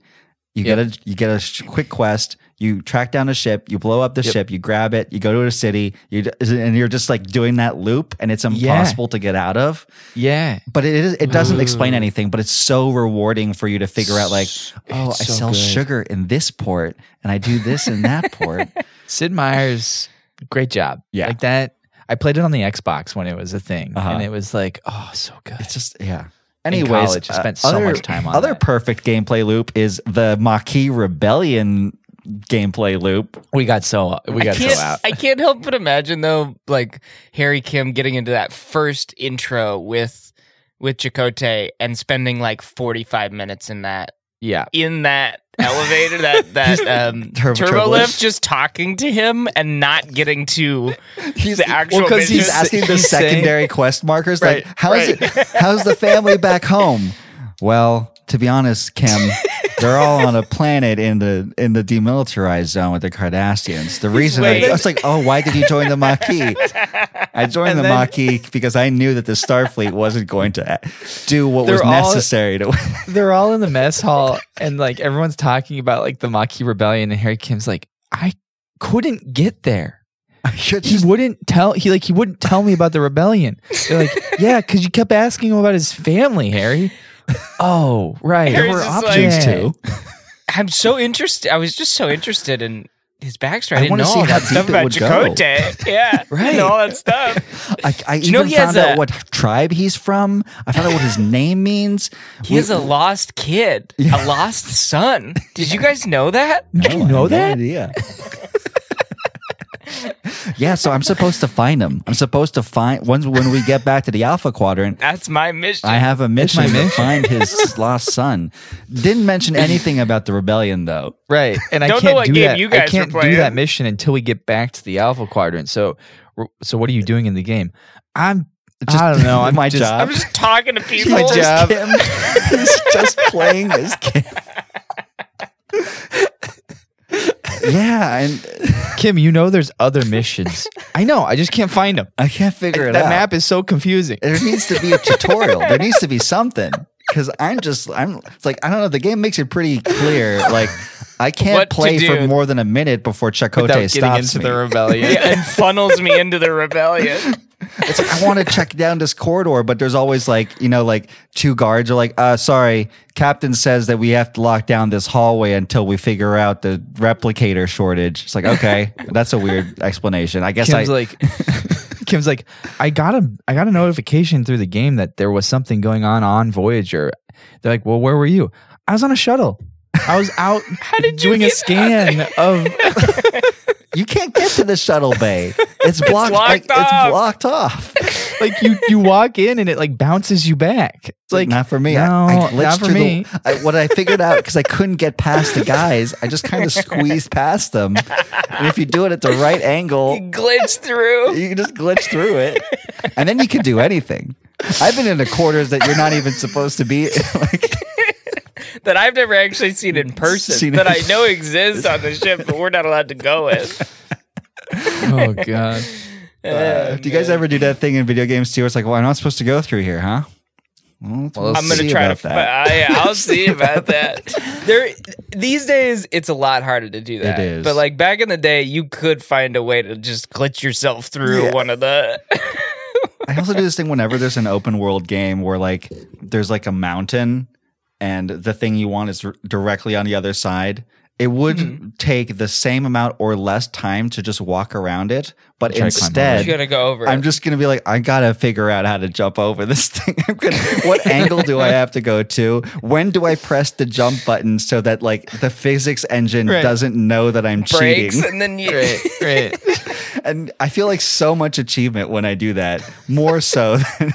Speaker 1: Yep.
Speaker 3: you get a you get a sh- quick quest, you track down a ship, you blow up the ship, you grab it, you go to a city, you d- and you're just like doing that loop, and it's impossible to get out of
Speaker 1: yeah
Speaker 3: but it is, it doesn't explain anything but it's so rewarding for you to figure out like oh i
Speaker 1: so
Speaker 3: sell
Speaker 1: good.
Speaker 3: sugar in this port and i do this in that port
Speaker 1: sid meier's great job
Speaker 3: Yeah.
Speaker 1: like that i played it on the xbox when it was a thing
Speaker 3: Uh-huh.
Speaker 1: and it was like oh so good
Speaker 3: it's just yeah
Speaker 1: In
Speaker 3: anyways
Speaker 1: college, I spent so
Speaker 3: other-
Speaker 1: much time on
Speaker 3: other
Speaker 1: that.
Speaker 3: perfect gameplay loop is the maquis rebellion gameplay loop.
Speaker 1: We got so we got
Speaker 2: I can't,
Speaker 1: so out.
Speaker 2: I can't help but imagine though, like Harry Kim getting into that first intro with with Chakotay and spending like forty five minutes in that
Speaker 1: yeah.
Speaker 2: in that elevator that that um,
Speaker 3: Turbo-
Speaker 2: turbo,
Speaker 3: turbo
Speaker 2: lift,
Speaker 3: lift.
Speaker 2: just talking to him and not getting to
Speaker 3: He's
Speaker 2: the actual.
Speaker 1: well, 'cause
Speaker 3: He's
Speaker 2: business.
Speaker 3: asking the
Speaker 1: he's saying-
Speaker 3: secondary quest markers,
Speaker 2: Right,
Speaker 3: like how's
Speaker 2: right.
Speaker 3: it? How's the family back home? Well, to be honest, Kim, they're all on a planet in the in the demilitarized zone with the Cardassians. The reason I, I
Speaker 2: waiting.
Speaker 3: was like, oh, why did you join the Maquis? I joined the
Speaker 1: then-
Speaker 3: Maquis because I knew that the Starfleet wasn't going to do what was
Speaker 1: They're all-
Speaker 3: necessary to.
Speaker 1: They're all in the mess hall and like everyone's talking about like the Maquis rebellion and Harry Kim's like, I couldn't get there.
Speaker 3: I should
Speaker 1: he
Speaker 3: just-
Speaker 1: wouldn't tell he like he wouldn't tell me about the rebellion. They're like, yeah, because you kept asking him about his family, Harry. Oh, right.
Speaker 2: Harry's just like-
Speaker 1: options
Speaker 3: too.
Speaker 2: I'm so interested. I was just so interested in his backstory. I,
Speaker 3: I
Speaker 2: didn't
Speaker 3: wanna
Speaker 2: know
Speaker 3: see
Speaker 2: all
Speaker 3: how
Speaker 2: that
Speaker 3: deep
Speaker 2: stuff
Speaker 3: it
Speaker 2: about
Speaker 3: would go.
Speaker 2: Chakotay. Yeah,
Speaker 1: Right.
Speaker 2: And all that stuff.
Speaker 3: I, I
Speaker 2: you know
Speaker 3: even
Speaker 2: he has
Speaker 3: found out
Speaker 2: a-
Speaker 3: what tribe he's from. I found out what his name means.
Speaker 2: He is a lost kid, a lost son. Did you guys know that?
Speaker 1: Did
Speaker 3: Oh,
Speaker 1: you know that?
Speaker 3: Yeah. yeah, so I'm supposed to find him. I'm supposed to find once when we get back to the Alpha Quadrant.
Speaker 2: That's my mission.
Speaker 3: I have a mission,
Speaker 1: my
Speaker 3: to
Speaker 1: mission.
Speaker 3: find his lost son. Didn't mention anything about the rebellion though.
Speaker 1: Right. And I
Speaker 2: Don't know
Speaker 1: can't
Speaker 2: what
Speaker 1: do
Speaker 2: game
Speaker 1: that.
Speaker 2: you guys
Speaker 1: I can't
Speaker 2: were
Speaker 1: do that
Speaker 2: playing.
Speaker 1: mission until we get back to the Alpha Quadrant. So so what are you doing in the game? I'm I don't know. I'm
Speaker 3: my
Speaker 1: just,
Speaker 3: job.
Speaker 2: I'm just talking to people.
Speaker 1: My job.
Speaker 3: Kim. He's just playing his game. yeah, and
Speaker 1: Kim, you know there's other missions. I know. I just can't find them.
Speaker 3: I can't figure it
Speaker 1: That
Speaker 3: out.
Speaker 1: map is so confusing.
Speaker 3: there needs to be a tutorial. There needs to be something because I'm just I'm it's like I don't know. The game makes it pretty clear. Like I can't
Speaker 2: What to
Speaker 3: play for
Speaker 2: do.
Speaker 3: more than a minute before Chakotay
Speaker 1: Without getting
Speaker 3: stops
Speaker 1: into
Speaker 3: me.
Speaker 1: the rebellion.
Speaker 2: Yeah, and funnels me into the rebellion.
Speaker 3: it's like I want to check down this corridor, but there's always like you know like two guards are like, uh, sorry, Captain says that we have to lock down this hallway until we figure out the replicator shortage. It's like okay, that's a weird explanation. I guess
Speaker 1: Kim's
Speaker 3: I
Speaker 1: like, Kim's like, I got a, I got a notification through the game that there was something going on on Voyager. They're like, well, where were you? I was on a shuttle. I was out How did
Speaker 2: you
Speaker 1: doing a
Speaker 2: get out
Speaker 1: scan of.
Speaker 3: you can't get to the shuttle bay. It's blocked.
Speaker 2: locked
Speaker 3: like,
Speaker 2: off.
Speaker 3: It's blocked off.
Speaker 1: like you, you walk in and it like bounces you back. It's like
Speaker 3: not for me.
Speaker 1: No,
Speaker 3: I, I glitched
Speaker 1: not for
Speaker 3: through the-
Speaker 1: me.
Speaker 3: I, what I figured out because I couldn't get past the guys, I just kind of squeezed past them. And if you do it at the right angle,
Speaker 2: Glitch through.
Speaker 3: you can just glitch through it, and then you can do anything. I've been in the quarters that you're not even supposed to be. like,
Speaker 2: that I've never actually seen in person
Speaker 3: Seen
Speaker 2: that
Speaker 3: in-
Speaker 2: I know exists on the ship, but we're not allowed to go in.
Speaker 1: oh god.
Speaker 2: Oh,
Speaker 3: uh, do you guys ever do that thing in video games too? Where it's like, well, I'm not supposed to go through here, huh? Well,
Speaker 1: Well,
Speaker 2: I'm gonna
Speaker 3: see
Speaker 2: try to.
Speaker 3: about
Speaker 2: Fi- uh, yeah, I'll see about that. There, these days it's a lot harder to do that.
Speaker 3: is.
Speaker 2: but like back in the day, you could find a way to just glitch yourself through
Speaker 3: Yeah.
Speaker 2: one of the.
Speaker 3: I also do this thing whenever there's an open world game where like there's like a mountain and the thing you want is r- directly on the other side. It would take the same amount or less time to just walk around it,
Speaker 1: Try
Speaker 3: but
Speaker 1: to climb
Speaker 2: you
Speaker 3: instead
Speaker 2: gotta go over.
Speaker 3: I'm
Speaker 2: it.
Speaker 3: just gonna be like, I gotta figure out how to jump over this thing. I'm gonna, what angle do I have to go to? When do I press the jump button so that like the physics engine
Speaker 1: Right.
Speaker 3: doesn't know that I'm
Speaker 2: breaks
Speaker 3: cheating?
Speaker 2: and then you.
Speaker 1: Right.
Speaker 3: And I feel like so much achievement when I do that, more so than,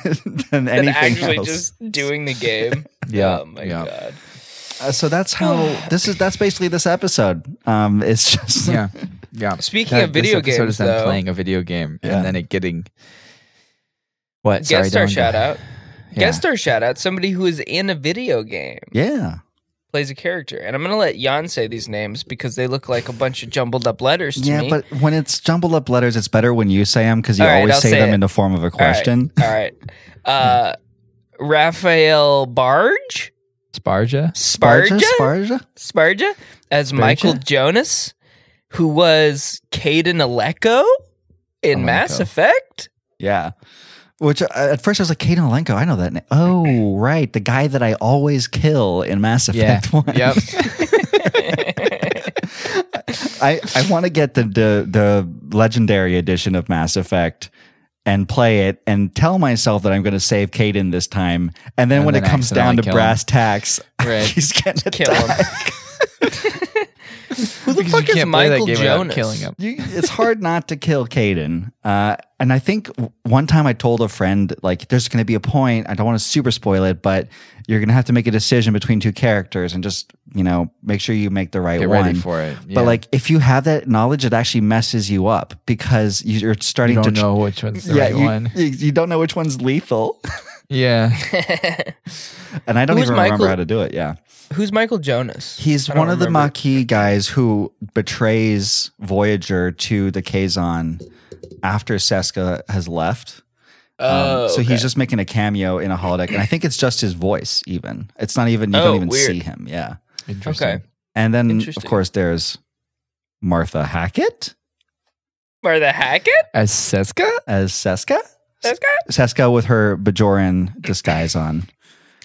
Speaker 3: than
Speaker 2: than
Speaker 3: anything
Speaker 2: actually
Speaker 3: else.
Speaker 2: just doing the game.
Speaker 1: Yeah,
Speaker 2: Oh my
Speaker 1: yeah.
Speaker 2: god.
Speaker 3: Uh, so that's how this is. That's basically this episode. Um, it's just
Speaker 1: Yeah. Yeah.
Speaker 2: Speaking of
Speaker 1: this
Speaker 2: video
Speaker 1: episode
Speaker 2: games,
Speaker 1: is them
Speaker 2: though-
Speaker 1: playing a video game
Speaker 3: Yeah.
Speaker 1: and then it getting. What?
Speaker 2: Guest
Speaker 1: Sorry,
Speaker 2: star
Speaker 1: Dylan.
Speaker 2: shout out.
Speaker 1: Yeah.
Speaker 2: Guest star shout out. Somebody who is in a video game.
Speaker 3: yeah.
Speaker 2: plays a character. And I'm going to let Jan say these names because they look like a bunch of jumbled up letters to
Speaker 3: Yeah,
Speaker 2: me.
Speaker 3: but when it's jumbled up letters, it's better when you say them because you
Speaker 2: All right,
Speaker 3: always
Speaker 2: I'll
Speaker 3: say,
Speaker 2: say
Speaker 3: them
Speaker 2: it.
Speaker 3: in the form of a
Speaker 2: All right,
Speaker 3: question.
Speaker 2: All right. Uh, Raphael Barge?
Speaker 1: Sparja.
Speaker 2: Sparja?
Speaker 3: Sparja.
Speaker 2: Sparja? As Michael Jonas, who was Caden Aleko in
Speaker 1: Aleko.
Speaker 2: Mass Effect.
Speaker 3: Yeah. Which uh, at first I was like, Kaden Olenko, I know that name. Oh, right. The guy that I always kill in Mass
Speaker 1: Yeah.
Speaker 3: Effect 1.
Speaker 1: Yep.
Speaker 3: I, I want to get the, the the legendary edition of Mass Effect and play it and tell myself that I'm going to save Caden this time. And then
Speaker 1: And
Speaker 3: when
Speaker 1: then
Speaker 3: it comes
Speaker 1: accidentally
Speaker 3: down to
Speaker 1: kill him.
Speaker 3: brass tacks,
Speaker 1: Right.
Speaker 3: he's going to
Speaker 2: Kill
Speaker 3: die.
Speaker 2: him. Who the fuck is Michael Jonas?
Speaker 1: killing him.
Speaker 3: you, it's hard not to kill Caden. Uh, and I think w- one time I told a friend, like, there's going to be a point. I don't want to super spoil it, but you're going to have to make a decision between two characters and just, you know, make sure you make the right
Speaker 1: Get
Speaker 3: one.
Speaker 1: ready for it. Yeah.
Speaker 3: But like, if you have that knowledge, it actually messes you up because you're
Speaker 1: you
Speaker 3: starting
Speaker 1: don't
Speaker 3: to
Speaker 1: know which one's the
Speaker 3: yeah,
Speaker 1: right
Speaker 3: you,
Speaker 1: one.
Speaker 3: You, you don't know which one's lethal,
Speaker 1: Yeah.
Speaker 3: and I don't
Speaker 2: Who's
Speaker 3: even remember
Speaker 2: Michael?
Speaker 3: how to do it. Yeah,
Speaker 2: Who's Michael Jonas?
Speaker 3: he's
Speaker 2: I don't
Speaker 3: one of the
Speaker 2: remember.
Speaker 3: Maquis guys who betrays Voyager to the Kazon after Seska has left. Um,
Speaker 2: Oh,
Speaker 3: so
Speaker 2: okay.
Speaker 3: he's just making a cameo in a holodeck, and I think it's just his voice. Even it's not even you
Speaker 2: Oh,
Speaker 3: don't even
Speaker 2: weird.
Speaker 3: see him. Yeah,
Speaker 1: Interesting.
Speaker 2: Okay.
Speaker 3: and then of
Speaker 2: Interesting.
Speaker 3: course there's Martha Hackett
Speaker 2: Martha Hackett.
Speaker 1: As Seska?
Speaker 3: as Seska.
Speaker 2: That's good.
Speaker 3: Seska with her Bajoran disguise on.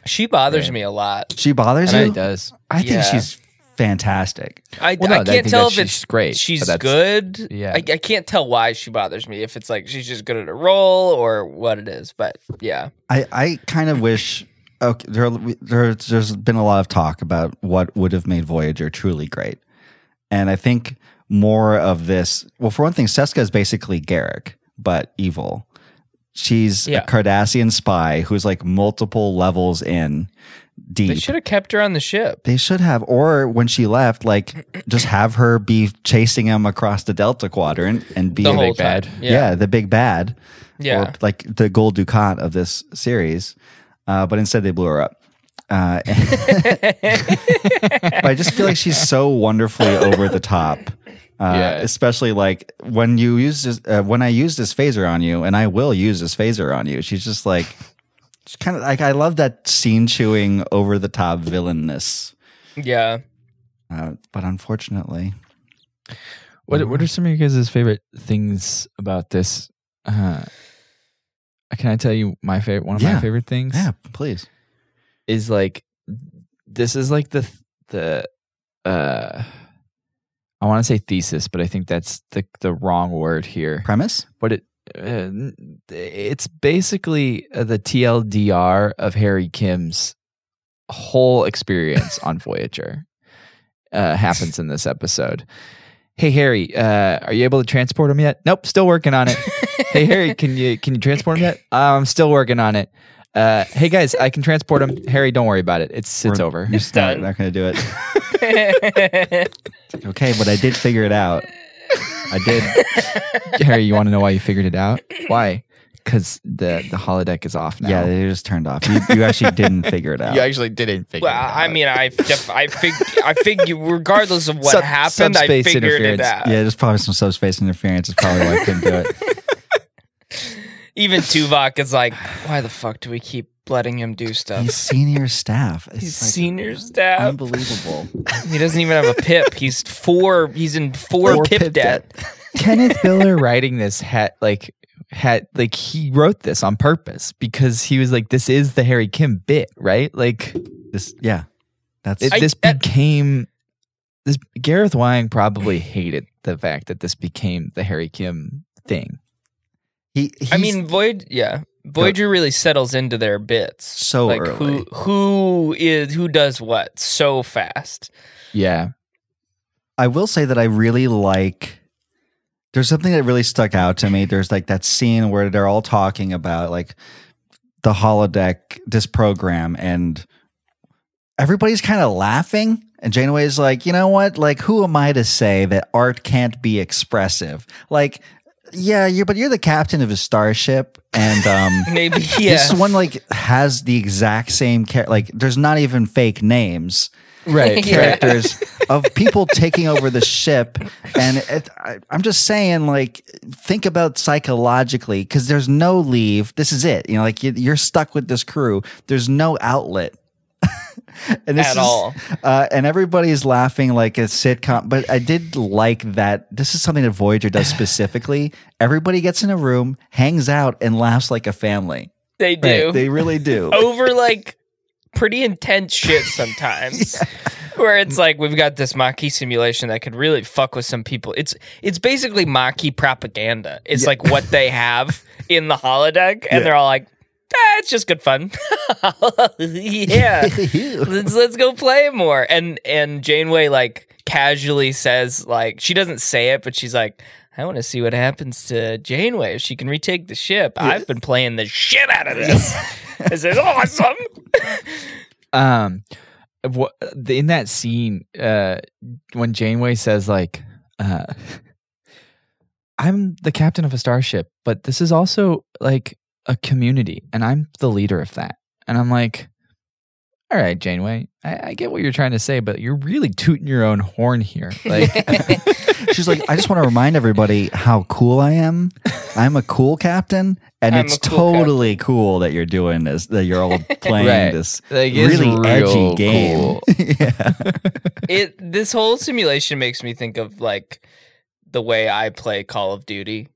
Speaker 2: She bothers
Speaker 1: Right.
Speaker 2: me a lot.
Speaker 3: She bothers
Speaker 1: I know
Speaker 3: you.
Speaker 1: he does.
Speaker 3: I think
Speaker 2: Yeah.
Speaker 3: she's fantastic.
Speaker 2: I,
Speaker 1: Well, no,
Speaker 2: I
Speaker 1: I think
Speaker 2: can't tell
Speaker 1: that
Speaker 2: if it's
Speaker 1: she's great,
Speaker 2: She's
Speaker 1: but that's-
Speaker 2: good.
Speaker 1: Yeah.
Speaker 2: I, I can't tell why she bothers me. If it's like she's just good at her role or what it is. But yeah,
Speaker 3: I, I kind of wish. Okay, there, there there's been a lot of talk about what would have made Voyager truly great, and I think more of this. Well, for one thing, Seska is basically Garrick, but evil. She's
Speaker 2: Yeah.
Speaker 3: a Cardassian spy who's like multiple levels in deep.
Speaker 2: they should have kept her on the ship.
Speaker 3: They should have, or when she left, like just have her be chasing him across the Delta Quadrant and be
Speaker 2: The
Speaker 3: a
Speaker 2: whole
Speaker 3: big bad.
Speaker 2: time.
Speaker 3: Yeah.
Speaker 2: Yeah.
Speaker 3: the big bad,
Speaker 2: Yeah.
Speaker 3: or like the gold Ducat of this series. Uh, but instead, they blew her up. Uh, but I just feel like she's so wonderfully over the top. Uh,
Speaker 1: Yeah.
Speaker 3: Especially like when you use this, uh, when I use this phaser on you, and I will use this phaser on you. She's just like, it's kind of like I love that scene chewing over the top villainness.
Speaker 2: Yeah.
Speaker 3: Uh, but unfortunately,
Speaker 1: What What are some of your guys' favorite things about this? Uh, can I tell you my favorite? One of
Speaker 3: Yeah.
Speaker 1: my favorite things
Speaker 3: yeah, please.
Speaker 1: is like this is like the the uh, I want to say thesis, but I think that's the the wrong word here.
Speaker 3: Premise?
Speaker 1: But it uh, n- it's basically uh, the TLDR of Harry Kim's whole experience on Voyager uh, happens in this episode. Hey Harry, uh, are you able to transport him yet? Nope, still working on it. hey Harry, can you can you transport him yet? I'm still working on it. Uh, hey guys, I can transport him. Harry, don't worry about it. It's it's
Speaker 3: We're-
Speaker 1: over.
Speaker 3: You're just not,
Speaker 2: done.
Speaker 3: not going to do it. okay, but I did figure it out. I did.
Speaker 1: Harry, you want to know why you figured it out? Why? Because the the holodeck is off now.
Speaker 3: Yeah, they just turned off. You, you actually didn't figure it out.
Speaker 1: you actually didn't figure.
Speaker 2: well,
Speaker 1: it out.
Speaker 2: I mean, I def- I fig- I figure regardless of what
Speaker 1: Sub-
Speaker 2: happened, I
Speaker 1: subspace
Speaker 2: figured it
Speaker 1: interference.
Speaker 2: out.
Speaker 3: yeah, there's probably some subspace interference. It's probably why I couldn't do it.
Speaker 2: Even Tuvok is like, why the fuck do we keep letting him do stuff?
Speaker 3: He's senior staff. It's
Speaker 2: He's
Speaker 3: like
Speaker 2: senior staff.
Speaker 3: Unbelievable.
Speaker 2: He doesn't even have a pip. He's four. He's in four,
Speaker 3: Four
Speaker 2: pip,
Speaker 3: pip
Speaker 2: debt.
Speaker 1: Kenneth Miller writing this hat like had like he wrote this on purpose because he was like this is the Harry Kim bit right like
Speaker 3: This, yeah, that's
Speaker 1: it,
Speaker 2: I-
Speaker 1: this
Speaker 2: that-
Speaker 1: became this Gareth Wang probably hated the fact that this became the Harry Kim thing
Speaker 3: he. He's,
Speaker 2: I mean, Void. Yeah, Voyager really settles into their bits.
Speaker 3: So
Speaker 2: like
Speaker 3: early.
Speaker 2: who who is who does what so fast.
Speaker 1: yeah
Speaker 3: I will say that I really like. There's something that really stuck out to me. There's like that scene where they're all talking about like the holodeck, this program, and everybody's kind of laughing. And Janeway is like, you know what? Like, who am I to say that art can't be expressive? Like, yeah, you but you're the captain of a starship, and um,
Speaker 2: Maybe yeah.
Speaker 3: this one like has the exact same char- like. There's not even fake names
Speaker 1: right
Speaker 2: Yeah.
Speaker 3: characters of people taking over the ship. And it, I, I'm just saying, like, think about psychologically because there's no leave. This is it. You know, like you, you're stuck with this crew. There's no outlet. and
Speaker 2: At all.
Speaker 3: uh, and everybody's laughing like a sitcom. But I did like that. This is something that Voyager does specifically. Everybody gets in a room, hangs out, and laughs like a family.
Speaker 2: they do Oh.
Speaker 3: They really do.
Speaker 2: over like pretty intense shit sometimes. Where it's like we've got this Maquis simulation that could really fuck with some people. It's it's basically Maquis propaganda. It's like what they have in the holodeck, and they're all like, "Ah, "It's just good fun." yeah, let's let's go play more. And and Janeway like casually says like she doesn't say it, but she's like, I want to see what happens to Janeway if she can retake the ship. I've been playing the shit out of this. this is awesome.
Speaker 1: um what in that scene uh when Janeway says like uh I'm the captain of a starship, but this is also like a community and I'm the leader of that. And I'm like all right, Janeway, I, I get what you're trying to say, but you're really tooting your own horn here. Like,
Speaker 3: She's like, I just want to remind everybody how cool I am. I'm a cool captain, and
Speaker 2: I'm
Speaker 3: it's
Speaker 2: a cool
Speaker 3: totally cool that you're doing this. That you're all playing
Speaker 1: Right.
Speaker 3: this
Speaker 1: Like, it's
Speaker 3: really edgy
Speaker 1: real
Speaker 3: game.
Speaker 1: cool.
Speaker 3: yeah,
Speaker 2: it this whole simulation makes me think of like the way I play Call of Duty.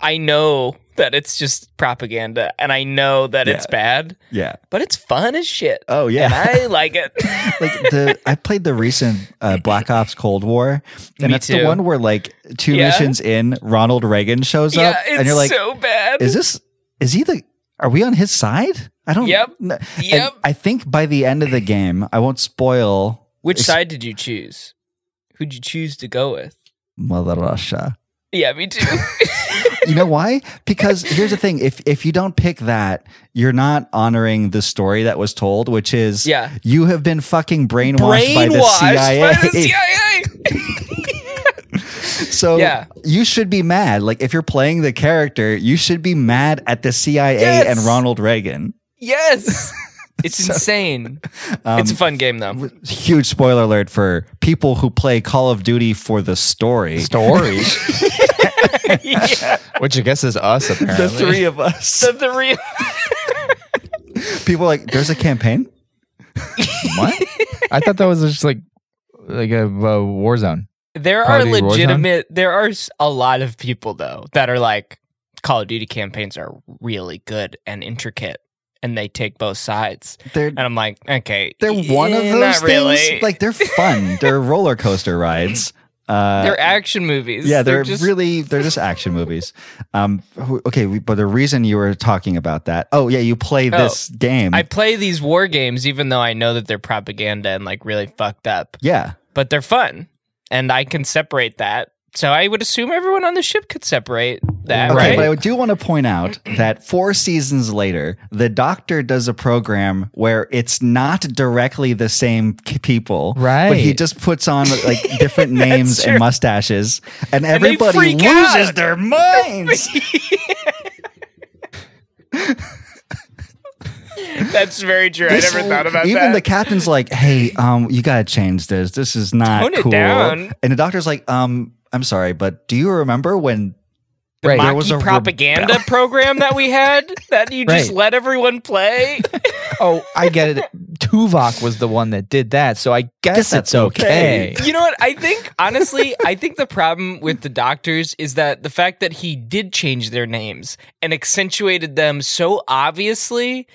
Speaker 2: I know that it's just propaganda and I know that it's
Speaker 3: Yeah.
Speaker 2: bad,
Speaker 3: yeah.
Speaker 2: but it's fun as shit.
Speaker 3: Oh yeah.
Speaker 2: And I like it.
Speaker 3: like the I played the recent uh, Black Ops Cold War, and
Speaker 2: Me
Speaker 3: that's the
Speaker 2: too.
Speaker 3: one where like two
Speaker 2: Yeah.
Speaker 3: missions in, Ronald Reagan shows up,
Speaker 2: yeah, it's
Speaker 3: and you're like,
Speaker 2: so bad.
Speaker 3: "Is this? Is he the? Are we on his side? I don't.
Speaker 2: Yep.
Speaker 3: kn- And
Speaker 2: Yep.
Speaker 3: I think by the end of the game, I won't spoil.
Speaker 2: Which
Speaker 3: Ex-
Speaker 2: side did you choose? Who'd you choose to go with?
Speaker 3: Mother Russia.
Speaker 2: Yeah, me too.
Speaker 3: You know why? Because here's the thing: if if you don't pick that, you're not honoring the story that was told, which is
Speaker 2: Yeah.
Speaker 3: you have been fucking brainwashed, by the
Speaker 2: Brainwashed
Speaker 3: CIA.
Speaker 2: by the CIA.
Speaker 3: So
Speaker 2: Yeah.
Speaker 3: you should be mad. Like if you're playing the character, you should be mad at the CIA
Speaker 2: Yes.
Speaker 3: and Ronald Reagan.
Speaker 2: yes. It's insane. it's a fun game though.
Speaker 3: Huge spoiler alert for people who play Call of Duty for the story.
Speaker 1: story. Which I guess is us, apparently.
Speaker 3: The three of us.
Speaker 2: So the real
Speaker 3: People are like, there's a campaign.
Speaker 1: What? I thought that was just like like a, uh war zone.
Speaker 2: There
Speaker 1: Call
Speaker 2: are
Speaker 1: of Duty Warzone?
Speaker 2: legitimate. There are s- a lot of people though that are like Call of Duty campaigns are really good and intricate, and they take both sides.
Speaker 3: They're
Speaker 2: And I'm like, okay,
Speaker 3: they're
Speaker 2: eh,
Speaker 3: one of
Speaker 2: not
Speaker 3: those things.
Speaker 2: really.
Speaker 3: Like they're fun. they're roller coaster rides. Uh,
Speaker 2: they're action movies.
Speaker 3: yeah, they're,
Speaker 2: just
Speaker 3: really they're just action movies. Um, who- okay, we- but the reason you were talking about that, oh yeah, you play
Speaker 2: Oh.
Speaker 3: this game,
Speaker 2: I play these war games even though I know that they're propaganda and like really fucked up,
Speaker 3: yeah,
Speaker 2: but they're fun, and I can separate that. So I would assume everyone on the ship could separate that,
Speaker 3: Okay,
Speaker 2: right?
Speaker 3: but I do want to point out that four seasons later, the Doctor does a program where it's not directly the same k- people,
Speaker 1: Right.
Speaker 3: But he just puts on like different names and
Speaker 2: true.
Speaker 3: mustaches, and
Speaker 2: they
Speaker 3: everybody
Speaker 2: freak
Speaker 3: loses
Speaker 2: out.
Speaker 3: their minds.
Speaker 2: That's very true.
Speaker 3: This-
Speaker 2: I never thought about
Speaker 3: even
Speaker 2: that.
Speaker 3: the captain's like, "Hey, um, you gotta change this. This is not
Speaker 2: Tone it
Speaker 3: cool."
Speaker 2: down.
Speaker 3: And the Doctor's like, "Um, I'm sorry, but do you remember when?"
Speaker 1: Right.
Speaker 2: Maki
Speaker 3: There was a
Speaker 2: propaganda program that we had that you just
Speaker 1: Right.
Speaker 2: let everyone play.
Speaker 1: Oh, I get it. Tuvok was the one that did that, so I guess,
Speaker 3: that's
Speaker 1: it's okay.
Speaker 2: you know what? I think honestly, I think the problem with the doctors is that the fact that he did change their names and accentuated them so obviously,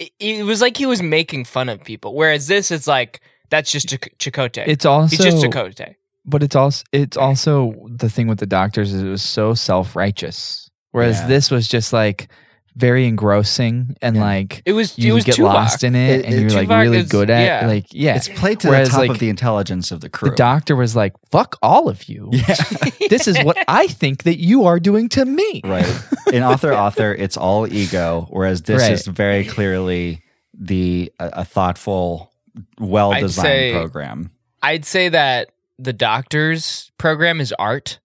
Speaker 2: it, it was like he was making fun of people. Whereas this, it's like that's just Chak- Chakotay.
Speaker 1: It's also
Speaker 2: he's just Chakotay.
Speaker 1: but it's also it's also the thing with the doctors is it was so self righteous, whereas
Speaker 3: Yeah.
Speaker 1: this was just like very engrossing and like
Speaker 2: It was it
Speaker 1: you
Speaker 2: was
Speaker 1: get
Speaker 2: Tuvok.
Speaker 1: lost in it,
Speaker 3: It-
Speaker 1: and
Speaker 3: it-
Speaker 1: you're like
Speaker 2: Tuvok
Speaker 1: really
Speaker 2: is-
Speaker 1: good at
Speaker 2: yeah.
Speaker 1: like yeah.
Speaker 3: It's played to
Speaker 1: Whereas,
Speaker 3: the top
Speaker 1: like,
Speaker 3: of the intelligence of the crew.
Speaker 1: the doctor was like, "Fuck all of you. this is what I think that you are doing to me."
Speaker 3: Right. In author author, it's all ego, whereas this
Speaker 1: Right.
Speaker 3: is very clearly the a, a thoughtful, well
Speaker 2: say-
Speaker 3: designed program.
Speaker 2: I'd say that the doctors program is art,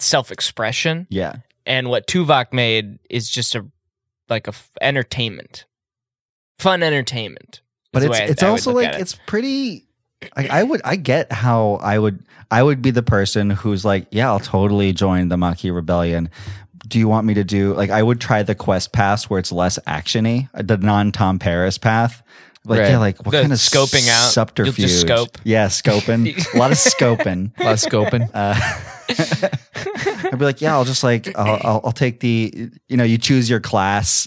Speaker 2: self expression.
Speaker 3: Yeah.
Speaker 2: and what Tuvok made is just a like a f- entertainment, fun entertainment.
Speaker 3: But
Speaker 2: is the
Speaker 3: it's
Speaker 2: way I-
Speaker 3: it's
Speaker 2: I would
Speaker 3: also
Speaker 2: look
Speaker 3: like
Speaker 2: at it.
Speaker 3: it's pretty I, I would I get how I would I would be the person who's like, yeah, I'll totally join the Maquis Rebellion. Do you want me to do like I would try the quest pass where it's less actiony, uh, the non Tom Paris path. Like
Speaker 1: Right.
Speaker 3: yeah, like what
Speaker 2: The
Speaker 3: kind of
Speaker 2: scoping out. You'll
Speaker 3: subterfuge?
Speaker 2: just scope.
Speaker 3: Yeah, scoping. a lot of scoping.
Speaker 1: A lot of scoping.
Speaker 3: Uh, I'd be like, yeah, I'll just like, I'll, I'll, I'll take the, you know, you choose your class.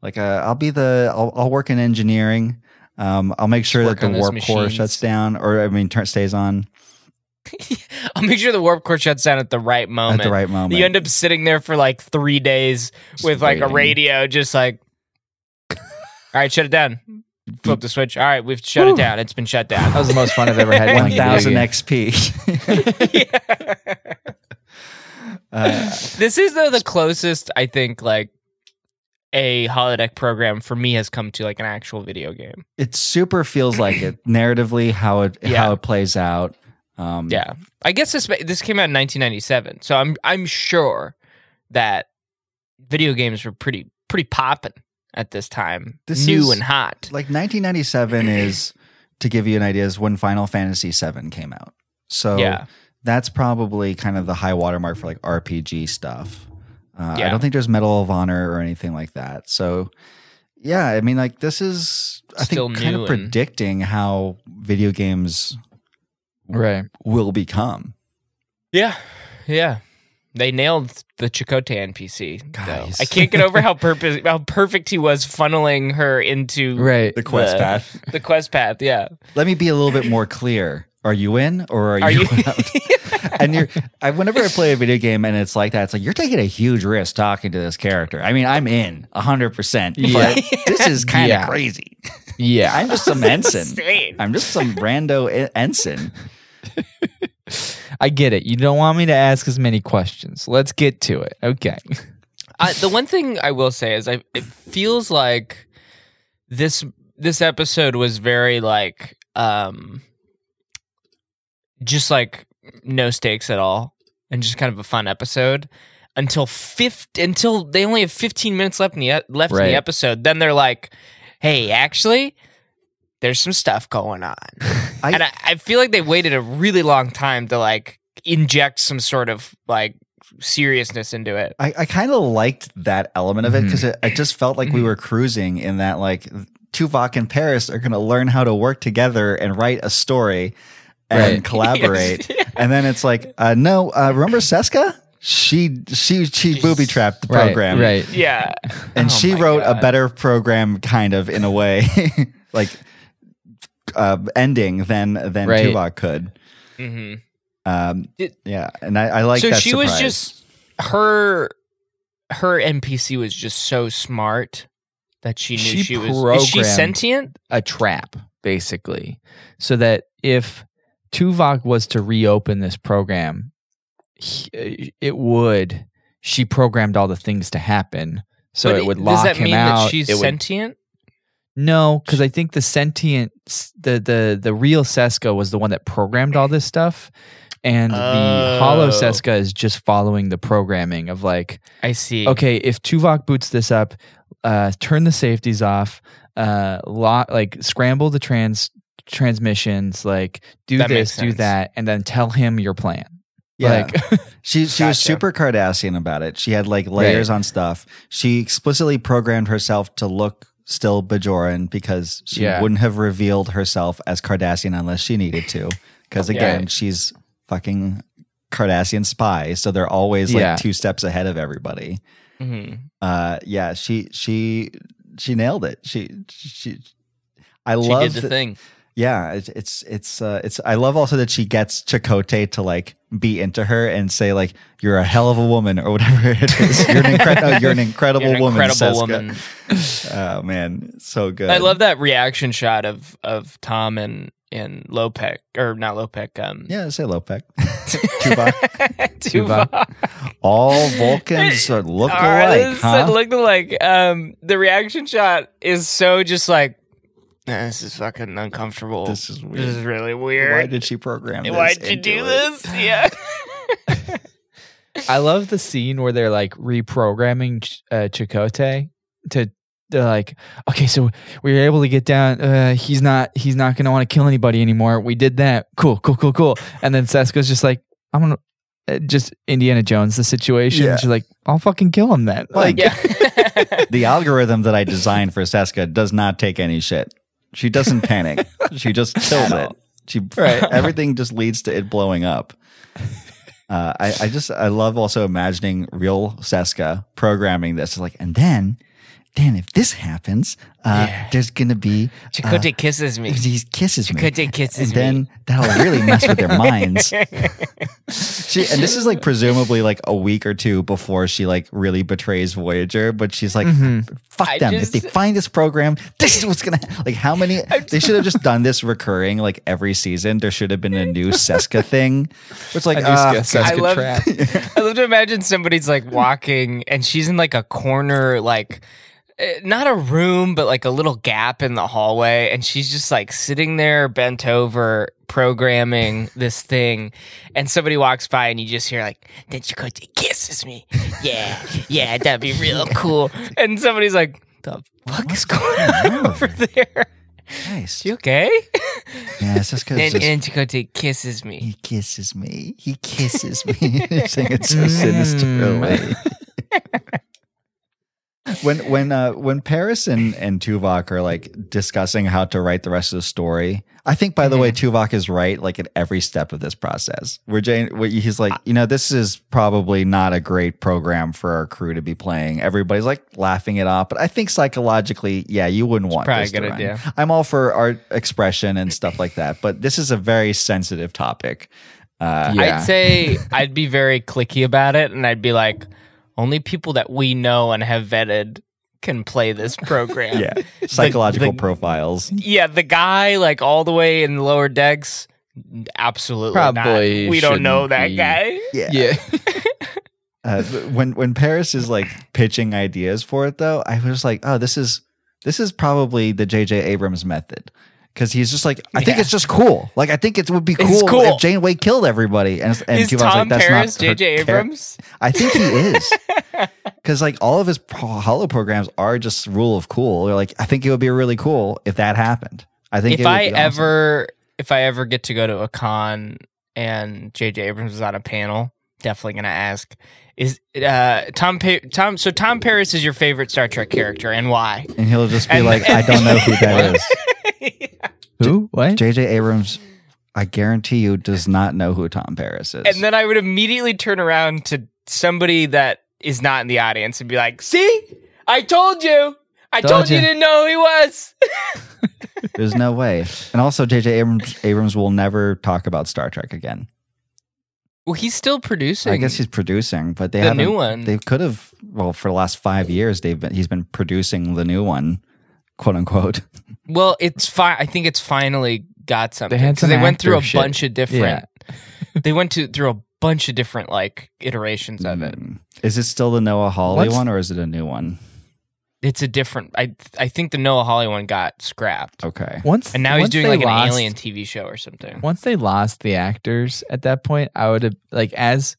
Speaker 3: Like, uh, I'll be the, I'll, I'll work in engineering. Um, I'll make sure
Speaker 2: Just
Speaker 3: that
Speaker 2: work
Speaker 3: the
Speaker 2: on those
Speaker 3: warp core
Speaker 2: machines.
Speaker 3: shuts down, or I mean, turn, stays on
Speaker 2: I'll make sure the warp core shuts down at the right moment.
Speaker 3: at the right moment.
Speaker 2: Oh, You end up sitting there for like three days with like a
Speaker 3: waiting.
Speaker 2: radio, just like, all right, shut it down. flip the switch. All right, we've shut it down. It's been shut down.
Speaker 1: That was the most fun I've ever had. playing a video
Speaker 3: 1000
Speaker 1: game.
Speaker 3: XP. Uh,
Speaker 2: This is though the closest I think like a holodeck program for me has come to like an actual video game.
Speaker 3: it super feels like it narratively how it
Speaker 2: Yeah.
Speaker 3: how it plays out. Um,
Speaker 2: Yeah, I guess this this came out in 1997, so I'm I'm sure that video games were pretty pretty popping at this time,
Speaker 3: This
Speaker 2: new
Speaker 3: is-
Speaker 2: and hot.
Speaker 3: like 1997 is to give you an idea is when Final Fantasy VII came out. So
Speaker 2: Yeah.
Speaker 3: that's probably kind of the high watermark for like RPG stuff. Uh, I
Speaker 2: Yeah.
Speaker 3: don't think there's Medal of Honor or anything like that. So yeah, I mean, like this is I
Speaker 2: Still
Speaker 3: think kind
Speaker 2: new
Speaker 3: of
Speaker 2: and-
Speaker 3: predicting how video games
Speaker 1: Right.
Speaker 3: will become.
Speaker 2: Yeah, yeah. They nailed the Chakotay NPC. though.
Speaker 3: Guys.
Speaker 2: I can't get over how purpose how perfect he was funneling her into
Speaker 1: Right.
Speaker 2: quest path. the quest path. Yeah,
Speaker 3: Let me be a little bit more clear. Are you in or are,
Speaker 2: Are
Speaker 3: you,
Speaker 2: you-
Speaker 3: out? and you're I, whenever I play a video game and it's like that, it's like you're taking a huge risk talking to this character. I mean, I'm in hundred percent.
Speaker 1: Yeah.
Speaker 3: But this is kind of
Speaker 1: Yeah.
Speaker 3: crazy.
Speaker 1: Yeah.
Speaker 3: I'm just some
Speaker 2: Insane.
Speaker 3: ensign. I'm just some rando en- ensign.
Speaker 1: I get it. You don't want me to ask as many questions. Let's get to it. Okay.
Speaker 2: I, the one thing I will say is, I it feels like this this episode was very like, um, just like no stakes at all, and just kind of a fun episode until fifth until they only have fifteen minutes left in the e- left in
Speaker 1: Right.
Speaker 2: the episode. Then they're like, "Hey, actually." There's some stuff going on,
Speaker 3: I-
Speaker 2: and I, I feel like they waited a really long time to like inject some sort of like seriousness into it.
Speaker 3: I, I kind of liked that element of it because it, I just felt like we were cruising in that like Tuvok and Paris are going to learn how to work together and write a story and
Speaker 1: Right.
Speaker 3: collaborate. And then it's like, uh, no, uh, remember Seska? She she she booby trapped the
Speaker 1: Right,
Speaker 3: program,
Speaker 1: Right.
Speaker 2: Yeah.
Speaker 3: And
Speaker 2: Oh
Speaker 3: she
Speaker 2: my
Speaker 3: wrote a
Speaker 2: God.
Speaker 3: better program, kind of in a way, like uh, ending than than
Speaker 1: Right.
Speaker 3: Tuvok could.
Speaker 2: hmm
Speaker 3: Um,
Speaker 2: It-
Speaker 3: yeah, and I, I like
Speaker 2: so
Speaker 3: that.
Speaker 2: she was
Speaker 3: surprise.
Speaker 2: just her her NPC was just so smart that she knew
Speaker 1: She
Speaker 2: she, was. Is she
Speaker 1: programmed-
Speaker 2: sentient?
Speaker 1: A trap, basically. So that if Tuvok was to reopen this program, he- uh, it would. She programmed all the things to happen. So
Speaker 2: But
Speaker 1: it would
Speaker 2: Does
Speaker 1: lock
Speaker 2: that
Speaker 1: him
Speaker 2: mean
Speaker 1: out.
Speaker 2: that she's
Speaker 1: it would
Speaker 2: sentient?
Speaker 1: No, because I think the sentient, the the the real Seska was the one that programmed all this stuff, and the hollow
Speaker 2: Oh.
Speaker 1: Seska is just following the programming of like,
Speaker 2: I see.
Speaker 1: okay, if Tuvok boots this up, uh, turn the safeties off, uh, lock, like scramble the trans transmissions, like do
Speaker 2: That
Speaker 1: this,
Speaker 2: makes
Speaker 1: do
Speaker 2: sense.
Speaker 1: that, and then tell him your plan.
Speaker 3: Yeah.
Speaker 1: Like,
Speaker 3: She she was
Speaker 2: Gotcha.
Speaker 3: super Kardashian about it. She had like layers on stuff. She explicitly programmed herself to look still Bajoran because she
Speaker 1: Yeah.
Speaker 3: wouldn't have revealed herself as Kardashian unless she needed to. Because again,
Speaker 1: Right.
Speaker 3: she's fucking Kardashian spy, so they're always like
Speaker 1: Yeah.
Speaker 3: two steps ahead of everybody.
Speaker 2: hmm
Speaker 3: Uh, yeah, she she she nailed it. She she. I
Speaker 2: She
Speaker 3: love
Speaker 2: did the
Speaker 3: that-
Speaker 2: thing.
Speaker 3: yeah, it's it's it's uh, it's. I love also that she gets Chakotay to like be into her and say like you're a hell of a woman or whatever it is. You're an, incre- no, you're an incredible
Speaker 2: You're an
Speaker 3: woman.
Speaker 2: incredible
Speaker 3: Seska.
Speaker 2: woman.
Speaker 3: Oh man, so good.
Speaker 2: I love that reaction shot of of Tom and and Lopek or not Lopek. Um,
Speaker 3: Yeah, say Lopek. Tuvok.
Speaker 2: Tuvok.
Speaker 3: All Vulcans are look alike,
Speaker 2: Artists
Speaker 3: huh?
Speaker 2: that looked alike. Um, the reaction shot is so just like, "Nah, this is fucking uncomfortable.
Speaker 3: This is weird.
Speaker 2: This is really
Speaker 3: Why
Speaker 2: weird.
Speaker 3: did she program? This
Speaker 2: Why'd you
Speaker 3: into
Speaker 2: do
Speaker 3: it?
Speaker 2: this? Yeah.
Speaker 1: I love the scene where they're like reprogramming Ch- uh, Chakotay to. They're like, okay, so we were able to get down. Uh, he's not. He's not going to want to kill anybody anymore. We did that. Cool, cool, cool, cool. And then Sesko's just like, I'm gonna uh, just Indiana Jones the situation.
Speaker 3: Yeah.
Speaker 1: She's like, I'll fucking kill him then. Like,
Speaker 2: yeah.
Speaker 3: The algorithm that I designed for Seska does not take any shit. She doesn't panic. she just kills it. She everything just leads to it blowing up. Uh, I, I just I love also imagining real Seska programming this like, and then, then if this happens, Uh, There's gonna be uh,
Speaker 2: Chakotay kisses me.
Speaker 3: he kisses me.
Speaker 2: Chakotay kisses
Speaker 3: and then that'll really mess with their minds. she and this is like presumably like a week or two before she like really betrays Voyager, but she's like, "Fuck
Speaker 2: Mm-hmm. I
Speaker 3: them! if
Speaker 2: just-
Speaker 3: they find this program, this is what's gonna like." How many? they should have just done this recurring like every season. There should have been a new Seska thing. It's like, ah,
Speaker 2: I love, I love to imagine somebody's like walking and she's in like a corner, like eh, not a room, but like a little gap in the hallway. And she's just like sitting there bent over programming this thing. And somebody walks by and you just hear like, then Chakotay kisses me. Yeah, yeah, that'd be real cool. And somebody's like, the fuck is going on over there?
Speaker 3: Christ.
Speaker 2: You okay?
Speaker 3: yeah, Seska
Speaker 2: And,
Speaker 3: is just
Speaker 2: and Chakotay kisses me.
Speaker 3: He kisses me. He kisses me. Saying it
Speaker 2: Mm.
Speaker 3: so sinister a way. when when uh, when Paris and, and Tuvok are like discussing how to write the rest of the story, I think by the
Speaker 2: Mm-hmm.
Speaker 3: way Tuvok is right like at every step of this process. Where Jane, where he's like, you know, this is probably not a great program for our crew to be playing. Everybody's like laughing it off, but I think psychologically, yeah, you wouldn't want
Speaker 2: probably
Speaker 3: this
Speaker 2: a good
Speaker 3: to run.
Speaker 2: idea.
Speaker 3: I'm all for art expression and stuff like that, but this is a very sensitive topic. Uh,
Speaker 1: Yeah.
Speaker 2: I'd say I'd be very clicky about it, and I'd be like, only people that we know and have vetted can play this program.
Speaker 3: yeah, psychological
Speaker 2: the-
Speaker 3: profiles.
Speaker 2: yeah. The guy, like all the way in the lower decks, absolutely not.
Speaker 1: Probably
Speaker 2: We don't know
Speaker 1: shouldn't
Speaker 2: that
Speaker 1: be.
Speaker 2: guy.
Speaker 1: Yeah.
Speaker 3: Uh, when when Paris is like pitching ideas for it, though, I was like, oh, this is this is probably the J.J. Abrams method. Because he's just like, I think it's just cool. Like, I think it would be
Speaker 2: It's
Speaker 3: cool,
Speaker 2: cool.
Speaker 3: if Janeway killed everybody. And, and
Speaker 2: Is
Speaker 3: Tuvok's
Speaker 2: Tom
Speaker 3: like, that's
Speaker 2: Paris
Speaker 3: not her
Speaker 2: J.J.
Speaker 3: char-
Speaker 2: Abrams?
Speaker 3: I think he is. Because like all of his pro- hollow programs are just rule of cool. They're like, I think it would be really cool if that happened. I think
Speaker 2: if
Speaker 3: it would
Speaker 2: I
Speaker 3: be awesome.
Speaker 2: ever, if I ever get to go to a con and J.J. Abrams is on a panel, definitely gonna ask. Is uh, Tom pa- Tom? So Tom Paris is your favorite Star Trek character, and why?
Speaker 3: and he'll just be
Speaker 2: and-
Speaker 3: like, I don't know who that is.
Speaker 1: Who? What?
Speaker 3: J.J. Abrams, I guarantee you, does not know who Tom Paris is.
Speaker 2: And then I would immediately turn around to somebody that is not in the audience and be like, "See, I told you. I told,
Speaker 1: Told
Speaker 2: you.
Speaker 1: ya."
Speaker 2: you didn't know who he was."
Speaker 3: There's no way. And also, J.J. Abrams, Abrams will never talk about Star Trek again.
Speaker 2: Well, he's still producing.
Speaker 3: I guess he's producing, but they
Speaker 2: The
Speaker 3: haven't.
Speaker 2: new one.
Speaker 3: They could have. Well, for the last five years, they've been he's been producing the new one, quote unquote.
Speaker 2: well, it's fine. I think it's finally got something.
Speaker 1: had
Speaker 2: 'Cause
Speaker 1: some
Speaker 2: they went through a
Speaker 1: actor shit.
Speaker 2: bunch of different. they went to through a bunch of different like iterations of it.
Speaker 3: Mm. Is it still the Noah Hawley
Speaker 1: What's-
Speaker 3: one, or is it a new one?
Speaker 2: It's a different. I I think the Noah Hawley one got scrapped,
Speaker 3: Okay.
Speaker 1: Once
Speaker 2: and now
Speaker 1: once
Speaker 2: he's doing
Speaker 1: they
Speaker 2: like an
Speaker 1: lost-
Speaker 2: alien TV show or something.
Speaker 1: Once they lost the actors at that point, I would have like as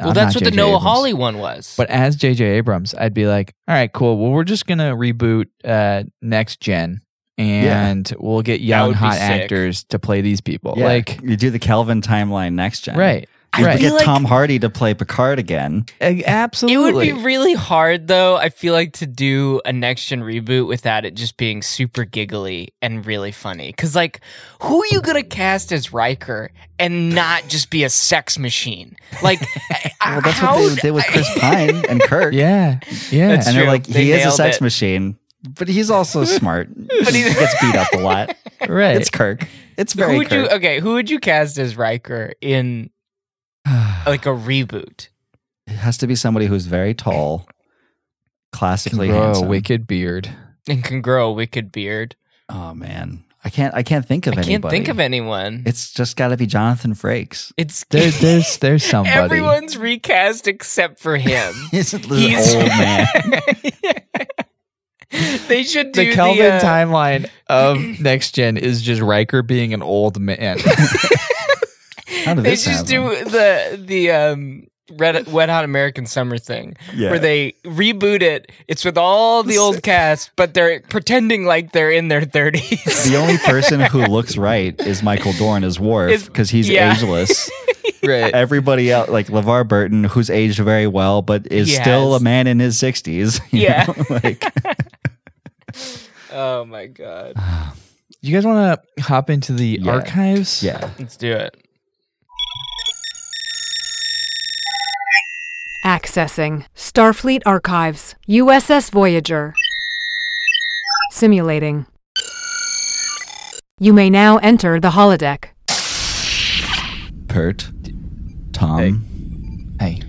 Speaker 2: well,
Speaker 1: I'm
Speaker 2: that's
Speaker 1: not
Speaker 2: what the
Speaker 1: J.J.
Speaker 2: Noah
Speaker 1: Abrams.
Speaker 2: Hawley one was.
Speaker 1: But as JJ Abrams, I'd be like, all right, cool. Well, we're just going to reboot uh, next gen and we'll get young
Speaker 2: would be
Speaker 1: hot
Speaker 2: sick.
Speaker 1: actors to play these people.
Speaker 3: Yeah,
Speaker 1: Like,
Speaker 3: you do the Kelvin timeline next gen,
Speaker 1: right.
Speaker 3: You
Speaker 1: right.
Speaker 3: get Tom Hardy to play Picard again.
Speaker 1: A-
Speaker 2: It would
Speaker 1: Absolutely.
Speaker 2: be really hard, though. I feel like to do a next gen reboot without it just being super giggly and really funny. Because, like, who are you gonna cast as Riker and not just be a sex machine? Like,
Speaker 3: Well, that's
Speaker 2: how?
Speaker 3: what they did with Chris Pine and Kirk.
Speaker 1: yeah. Yeah.
Speaker 2: That's
Speaker 3: and
Speaker 2: true.
Speaker 3: they're like,
Speaker 2: They
Speaker 3: he is a
Speaker 2: nailed
Speaker 3: sex
Speaker 2: it.
Speaker 3: machine, but he's also smart. but he gets beat up a lot.
Speaker 1: right.
Speaker 3: It's Kirk. It's
Speaker 2: who
Speaker 3: very
Speaker 2: would you?
Speaker 3: Kirk.
Speaker 2: Okay, who would you cast as Riker in like a reboot?
Speaker 3: It has to be somebody who's very tall, classically
Speaker 1: Grow a
Speaker 3: handsome.
Speaker 1: wicked beard.
Speaker 2: And can grow a wicked beard.
Speaker 3: Oh man, I can't. I can't think of
Speaker 2: I
Speaker 3: anybody.
Speaker 2: can't think of anyone.
Speaker 3: It's just got to be Jonathan Frakes.
Speaker 2: It's
Speaker 1: There, there's there's somebody.
Speaker 2: everyone's recast except for him.
Speaker 3: He's an
Speaker 2: He's-
Speaker 3: old man.
Speaker 2: they should do
Speaker 1: the Kelvin
Speaker 2: uh,
Speaker 1: timeline of next gen is just Riker being an old man.
Speaker 3: How did
Speaker 2: they
Speaker 3: this
Speaker 2: just
Speaker 3: happen?
Speaker 2: do the the um red wet hot american summer thing
Speaker 3: Yeah.
Speaker 2: where they reboot it it's with all the old cast but they're pretending like they're in their 30s
Speaker 3: The only person who looks right is Michael Dorn as Worf
Speaker 2: Is-
Speaker 3: because he's
Speaker 2: yeah.
Speaker 3: ageless.
Speaker 1: right.
Speaker 3: Everybody else, like LeVar Burton, who's aged very well, but is
Speaker 2: Yes.
Speaker 3: still a man in his 60s. you
Speaker 2: Yeah.
Speaker 3: know, like,
Speaker 2: oh my god
Speaker 1: You guys want to hop into the
Speaker 3: Yeah.
Speaker 1: archives?
Speaker 3: yeah.
Speaker 2: let's do it
Speaker 9: Accessing Starfleet Archives, USS Voyager. Simulating. You may now enter the holodeck.
Speaker 3: Pert, Tom,
Speaker 1: Hey,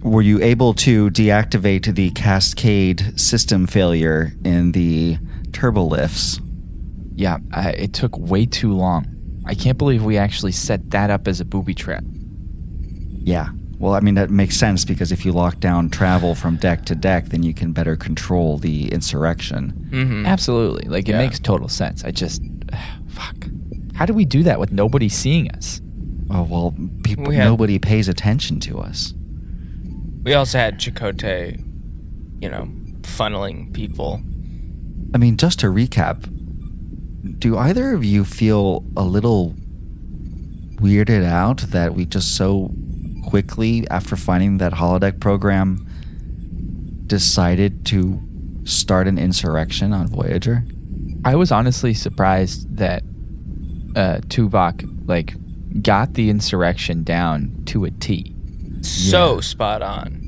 Speaker 3: were you able to deactivate the cascade system failure in the turbo lifts?
Speaker 1: yeah, I, it took way too long. I can't believe we actually set that up as a booby trap.
Speaker 3: Yeah. Well, I mean, that makes sense because if you lock down travel from deck to deck, then you can better control the insurrection.
Speaker 2: Mm-hmm.
Speaker 1: Absolutely. Like, it
Speaker 2: Yeah.
Speaker 1: makes total sense. I just, fuck. How do we do that with nobody seeing us?
Speaker 3: Oh, well, people,
Speaker 2: We had-
Speaker 3: nobody pays attention to us.
Speaker 2: We also had Chakotay, you know, funneling people.
Speaker 3: I mean, just to recap, do either of you feel a little weirded out that we just so quickly, after finding that holodeck program, decided to start an insurrection on Voyager?
Speaker 1: I was honestly surprised that uh, Tuvok, like, got the insurrection down to a T.
Speaker 2: So spot on.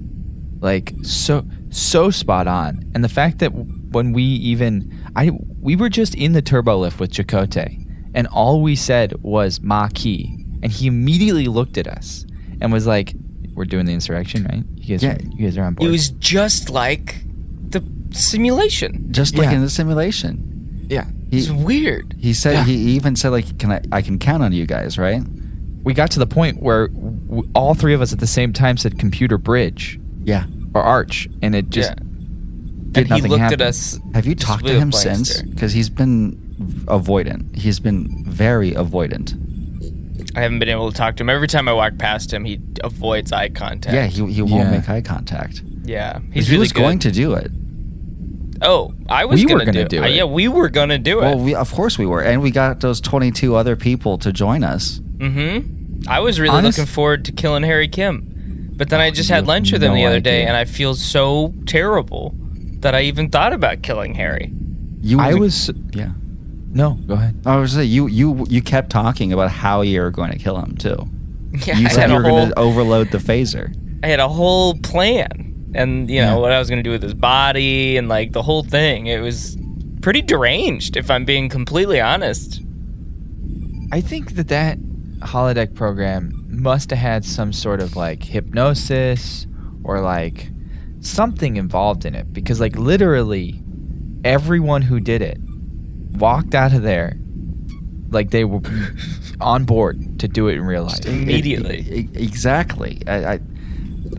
Speaker 1: Like, so, so spot on. And the fact that when we even, I, we were just in the turbo lift with Chakotay, and all we said was Maquis, and he immediately looked at us and was like, "We're doing the insurrection, right? You guys,
Speaker 3: Yeah.
Speaker 1: are, you guys are on
Speaker 2: It
Speaker 1: board."
Speaker 2: was just like the simulation.
Speaker 3: Just like
Speaker 1: Yeah.
Speaker 3: in the simulation.
Speaker 1: yeah.
Speaker 2: It's
Speaker 3: He,
Speaker 2: weird.
Speaker 3: he said he even said like can I I can count on you guys, right?
Speaker 1: we got to the point where w- all three of us at the same time said computer bridge
Speaker 3: Yeah.
Speaker 1: or arch and it just
Speaker 2: Yeah.
Speaker 1: did
Speaker 2: and he
Speaker 1: nothing
Speaker 2: looked
Speaker 1: happen.
Speaker 2: at us.
Speaker 3: Have you
Speaker 2: Just
Speaker 3: talked to
Speaker 2: with a
Speaker 3: him
Speaker 2: blank
Speaker 3: since?
Speaker 2: stare.
Speaker 3: Cuz he's been avoidant. He's been very avoidant.
Speaker 2: I haven't been able to talk to him. Every time I walk past him, he avoids eye contact.
Speaker 3: Yeah, he, he won't
Speaker 1: Yeah.
Speaker 3: make eye contact.
Speaker 2: yeah.
Speaker 3: He's
Speaker 2: He's
Speaker 3: he
Speaker 2: really
Speaker 3: was
Speaker 2: good.
Speaker 3: going to do it.
Speaker 2: Oh, I was
Speaker 1: We were
Speaker 2: gonna,
Speaker 1: gonna
Speaker 2: do,
Speaker 1: do
Speaker 2: uh,
Speaker 1: it.
Speaker 2: yeah, we were gonna do
Speaker 3: Well,
Speaker 2: it.
Speaker 3: we, of course we were, and we got those twenty-two other people to join us.
Speaker 2: mm-hmm. I was really
Speaker 1: Honest-
Speaker 2: looking forward to killing Harry Kim, but then I just had
Speaker 3: have
Speaker 2: lunch with him
Speaker 3: no
Speaker 2: the other day,
Speaker 3: idea.
Speaker 2: and I feel so terrible that I even thought about killing Harry.
Speaker 3: You,
Speaker 1: i was
Speaker 3: yeah.
Speaker 1: no go ahead
Speaker 3: I was gonna say you, you, you kept talking about how you were going to kill him too.
Speaker 2: Yeah,
Speaker 3: you
Speaker 2: I
Speaker 3: said
Speaker 2: had
Speaker 3: you
Speaker 2: a
Speaker 3: were
Speaker 2: whole,
Speaker 3: going to overload the phaser.
Speaker 2: I had a whole plan, and you know
Speaker 3: Yeah.
Speaker 2: what I was gonna do with his body, and like the whole thing. It was pretty deranged, if I'm being completely honest.
Speaker 1: i think that that holodeck program must have had some sort of like hypnosis or like something involved in it because like literally everyone who did it walked out of there like they were on board to do it in real life
Speaker 2: Immediately.
Speaker 3: E- e- exactly. I, I,
Speaker 2: I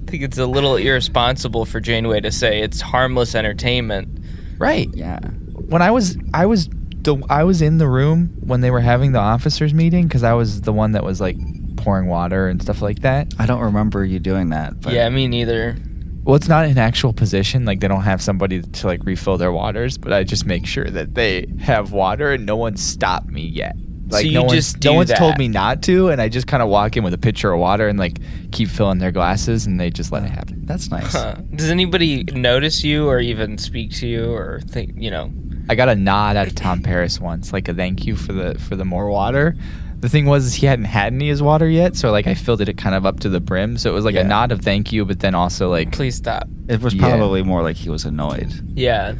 Speaker 2: think it's a little irresponsible for Janeway to say it's harmless entertainment.
Speaker 1: right
Speaker 3: yeah.
Speaker 1: when I was I was the I was in the room when they were having the officers meeting because I was the one that was like pouring water and stuff like that.
Speaker 3: I don't remember you doing that. But
Speaker 2: yeah, me neither.
Speaker 1: Well, it's not an actual position; like they don't have somebody to like refill their waters, but I just make sure that they have water and no one stopped me yet. Like
Speaker 2: you
Speaker 1: no one's
Speaker 2: just
Speaker 1: no
Speaker 2: do
Speaker 1: one's
Speaker 2: that.
Speaker 1: told me not to, and I just kind of walk in with a pitcher of water and like keep filling their glasses, and they just let it happen.
Speaker 3: that's nice.
Speaker 2: Huh. Does anybody notice you or even speak to you or think, you know?
Speaker 1: I got a nod out of Tom Paris once, like a thank you for the for the more water. The thing was is he hadn't had any of his water yet, so like I filled it kind of up to the brim. So it was like
Speaker 3: Yeah.
Speaker 1: a nod of thank you, but then also like
Speaker 2: Please stop.
Speaker 3: It was
Speaker 1: Yeah.
Speaker 3: probably more like he was annoyed.
Speaker 2: Yeah.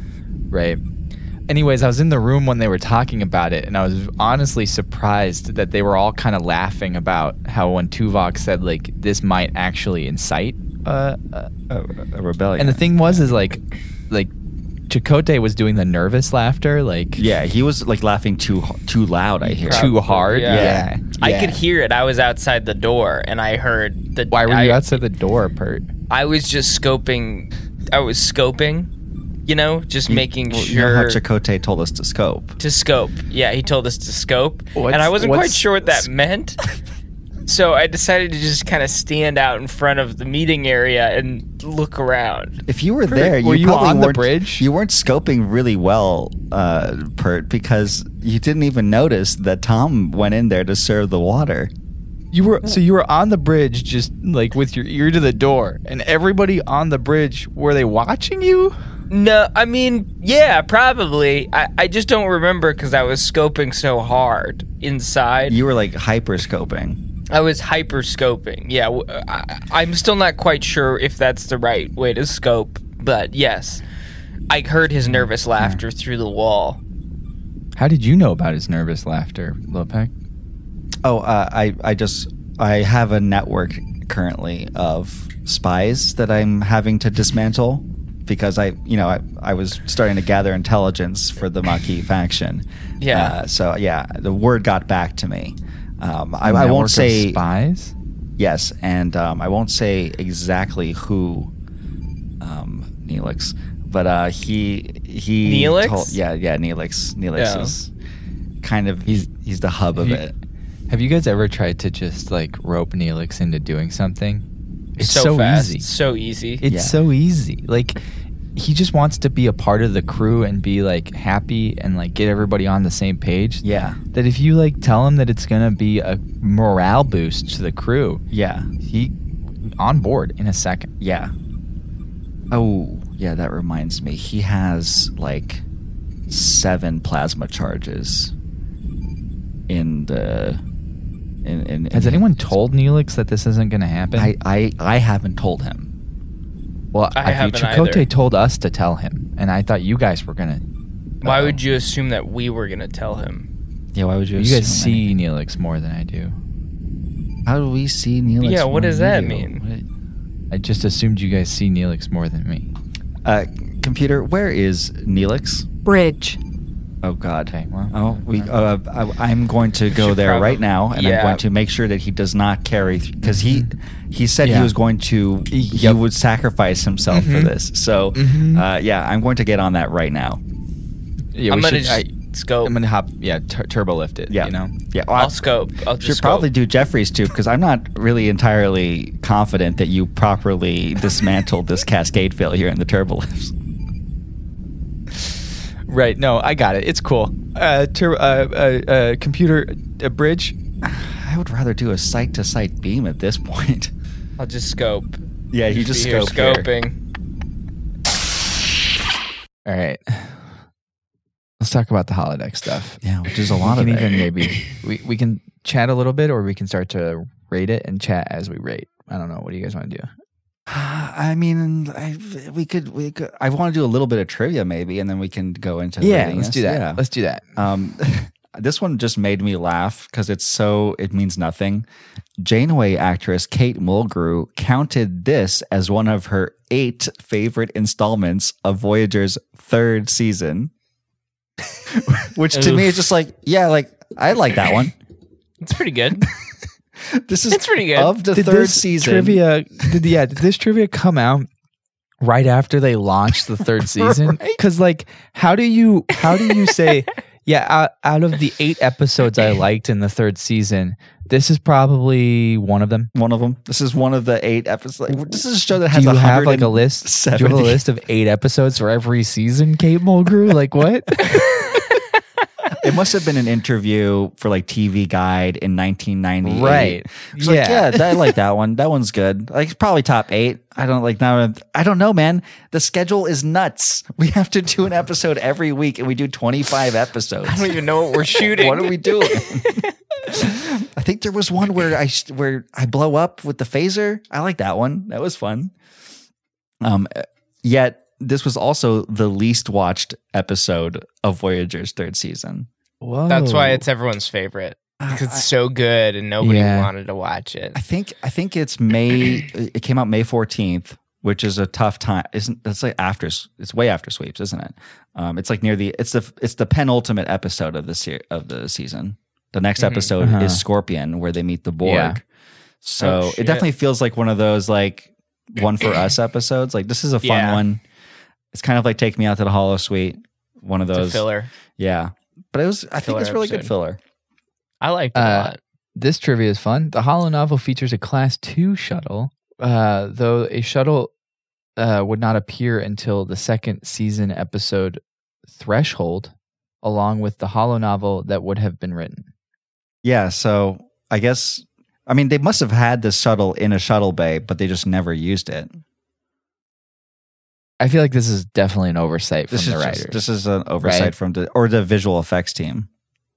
Speaker 1: right. Anyways, I was in the room when they were talking about it, and I was honestly surprised that they were all kind of laughing about how when Tuvok said like this might actually incite uh, uh,
Speaker 3: A, a rebellion.
Speaker 1: and the thing was is like like Chakotay was doing the nervous laughter like
Speaker 3: Yeah, he was like laughing too h- too loud. I hear.
Speaker 1: too hard
Speaker 2: Yeah.
Speaker 1: yeah.
Speaker 2: I
Speaker 3: Yeah.
Speaker 2: could hear it. I was outside the door and I heard the.
Speaker 1: Why were you
Speaker 2: I,
Speaker 1: outside the door, Pert?
Speaker 2: I was just scoping. I was scoping, you know, just making
Speaker 3: Well, You know how
Speaker 2: sure.
Speaker 3: Chakotay told us to scope.
Speaker 2: to scope. Yeah, he told us to scope,
Speaker 1: What's-
Speaker 2: and I wasn't
Speaker 1: what's-
Speaker 2: quite sure what that meant. So I decided to just kind of stand out in front of the meeting area and look around.
Speaker 3: If you were
Speaker 1: Pretty-
Speaker 3: there,
Speaker 1: were
Speaker 3: you,
Speaker 1: you
Speaker 3: probably
Speaker 1: on the
Speaker 3: weren't-
Speaker 1: bridge?
Speaker 3: You weren't scoping really well, uh, Pert, because you didn't even notice that Tom went in there to serve the water.
Speaker 1: You were so you were on the bridge, just like with your ear to the door, and everybody on the bridge were they watching you?
Speaker 2: No, I mean, yeah, probably. I, I just don't remember because I was scoping so hard inside.
Speaker 3: You were like hyper scoping.
Speaker 2: I was hyper scoping. Yeah, w- I, am still not quite sure if that's the right way to scope, but yes. I heard his nervous laughter through the wall.
Speaker 1: How did you know about his nervous laughter, Lopek?
Speaker 3: Oh, uh, I I just I have a network currently of spies that I'm having to dismantle because I you know I, I was starting to gather intelligence for the Maquis faction.
Speaker 2: Yeah.
Speaker 1: Ah,
Speaker 3: Uh, so yeah, the word got back to me. Um, I,
Speaker 1: A
Speaker 3: I
Speaker 1: network
Speaker 3: won't
Speaker 1: of
Speaker 3: say
Speaker 1: spies.
Speaker 3: Yes, and um, I won't say exactly who um, Neelix, but uh, he he
Speaker 2: Neelix?
Speaker 3: yeah, yeah, Neelix. Neelix
Speaker 2: Yeah.
Speaker 3: is kind of he's he's the hub of
Speaker 1: He-
Speaker 3: it.
Speaker 1: Have you guys ever tried to just like rope Neelix into doing something? It's so,
Speaker 2: fast,
Speaker 1: easy.
Speaker 2: so easy.
Speaker 1: It's
Speaker 3: Yeah.
Speaker 1: so easy. Like he just wants to be a part of the crew and be like happy and like get everybody on the same page.
Speaker 3: Yeah,
Speaker 1: That if you like tell him that it's gonna be a morale boost to the crew,
Speaker 3: yeah,
Speaker 1: he on board in a second.
Speaker 3: yeah. Oh, yeah, that reminds me. He has like seven plasma charges in the in. in, in
Speaker 1: Has anyone told Neelix that this isn't gonna happen?
Speaker 3: I, I I haven't told him.
Speaker 1: well,
Speaker 2: I haven't
Speaker 1: Chakotay
Speaker 2: either.
Speaker 1: told us to tell him, and I thought you guys were gonna.
Speaker 3: Uh-huh.
Speaker 2: Why would you assume that we were gonna tell him?
Speaker 3: Yeah, why would you?
Speaker 1: You guys
Speaker 3: assume
Speaker 1: see Neelix more than I do.
Speaker 3: How do we see Neelix?
Speaker 2: Yeah, what
Speaker 3: more
Speaker 2: does
Speaker 3: than
Speaker 2: that
Speaker 3: you?
Speaker 2: mean?
Speaker 1: I just assumed you guys see Neelix more than me.
Speaker 3: Uh, computer, where is Neelix?
Speaker 9: Bridge.
Speaker 3: Oh God.
Speaker 1: Okay, well,
Speaker 3: Oh, we. Uh, I, I'm going to go
Speaker 2: should
Speaker 3: there
Speaker 2: probab-
Speaker 3: right now, and
Speaker 2: yeah.
Speaker 3: I'm going to make sure that he does not carry because he he said
Speaker 1: Yeah.
Speaker 3: he was going to
Speaker 1: Yep.
Speaker 3: he would sacrifice himself for this. So,
Speaker 1: Mhm.
Speaker 3: uh, yeah, I'm going to get on that right now.
Speaker 1: Yeah,
Speaker 2: I'm
Speaker 1: we should-
Speaker 2: gonna just scope.
Speaker 1: I'm gonna hop. Yeah, tur turbo lift it.
Speaker 3: Yeah,
Speaker 1: you know.
Speaker 3: yeah.
Speaker 2: I'll,
Speaker 3: Well, I
Speaker 2: scope. I'll
Speaker 3: should
Speaker 2: just
Speaker 3: probably
Speaker 2: scope.
Speaker 3: do Jeffrey's too because I'm not really entirely confident that you properly dismantled this cascade failure in the turbolifts.
Speaker 1: Right. No, I got it. It's cool. Uh, tur- uh, uh, uh, computer uh, bridge.
Speaker 3: I would rather do a sight to sight beam at this point.
Speaker 2: I'll just scope.
Speaker 3: Yeah, you
Speaker 2: Be here scoping.
Speaker 1: All right. Let's talk about the holodeck stuff.
Speaker 3: Yeah, which is a lot of
Speaker 1: we can even
Speaker 3: it.
Speaker 1: maybe we, we can chat a little bit, or we can start to rate it and chat as we rate. I don't know. What do you guys want to do?
Speaker 3: I mean, I, we could we could. I want to do a little bit of trivia maybe, and then we can go into
Speaker 1: Yeah,
Speaker 3: rating
Speaker 1: let's
Speaker 3: this.
Speaker 1: do that.
Speaker 3: Yeah.
Speaker 1: Let's do that.
Speaker 3: Um, this one just made me laugh because it's so it means nothing. Janeway actress Kate Mulgrew counted this as one of her eight favorite installments of Voyager's third season, which to me is just like, yeah, like I like that one.
Speaker 2: It's pretty good.
Speaker 3: This is
Speaker 2: It's pretty good.
Speaker 3: of the
Speaker 1: Did
Speaker 3: third
Speaker 1: this
Speaker 3: season.
Speaker 1: Trivia. Did, yeah. Did this trivia come out right after they launched the third season? Because like, how do you how do you say? Yeah, out, out of the eight episodes I liked in the third season, this is probably one of them.
Speaker 3: One of them. This is one of the eight episodes. Like, This is a show that has
Speaker 1: do you have
Speaker 3: 100
Speaker 1: like a
Speaker 3: and-
Speaker 1: list? Do you have a
Speaker 3: 70.
Speaker 1: list of eight episodes for every season, Kate Mulgrew? Like what?
Speaker 3: It must have been an interview for like TV Guide in 1998.
Speaker 1: Right.
Speaker 3: She's like,
Speaker 1: Yeah.
Speaker 3: yeah, that- I like that one. That one's good. Like, it's probably top eight. I don't like now. I'm- I don't know, man. The schedule is nuts. We have to do an episode every week, and we do 25 episodes.
Speaker 2: I don't even know what we're shooting.
Speaker 3: What are we doing? I think there was one where I sh- where I blow up with the phaser. I like that one. That was fun. Um, yet this was also the least watched episode of Voyager's third season.
Speaker 1: Whoa.
Speaker 2: That's why it's everyone's favorite because it's so good and nobody
Speaker 1: Yeah.
Speaker 2: wanted to watch it.
Speaker 3: Uh, I think I think it's May. it came out May fourteenth, which is a tough time. Isn't that's like after? s- It's way after sweeps, isn't it? Um, it's like near the. It's the it's the penultimate episode of the se- of the season. The next
Speaker 2: Mm-hmm.
Speaker 3: episode
Speaker 1: Uh-huh.
Speaker 3: is Scorpion, where they meet the Borg.
Speaker 1: Yeah.
Speaker 3: So
Speaker 2: Oh,
Speaker 3: it
Speaker 2: shit.
Speaker 3: definitely feels like one of those like one for us episodes. Like this is a fun
Speaker 2: Yeah.
Speaker 3: one. It's kind of like Take Me Out to the Hollow Suite. One of
Speaker 2: It's a
Speaker 3: those.
Speaker 2: filler.
Speaker 3: Yeah. But it was. I think
Speaker 2: Filler
Speaker 3: it's really good
Speaker 2: episode.
Speaker 3: filler.
Speaker 2: I liked it
Speaker 1: Uh,
Speaker 2: a lot.
Speaker 1: This trivia is fun. The Hollow Novel features a Class 2 shuttle, uh, though a shuttle uh, would not appear until the second season episode Threshold, along with the Hollow Novel that would have been written.
Speaker 3: Yeah, so I guess I mean they must have had this shuttle in a shuttle bay, but they just never used it.
Speaker 1: I feel like this is definitely an oversight from
Speaker 3: This
Speaker 1: the
Speaker 3: is
Speaker 1: writers.
Speaker 3: just, this is an oversight
Speaker 1: Right.
Speaker 3: from the or the visual effects team.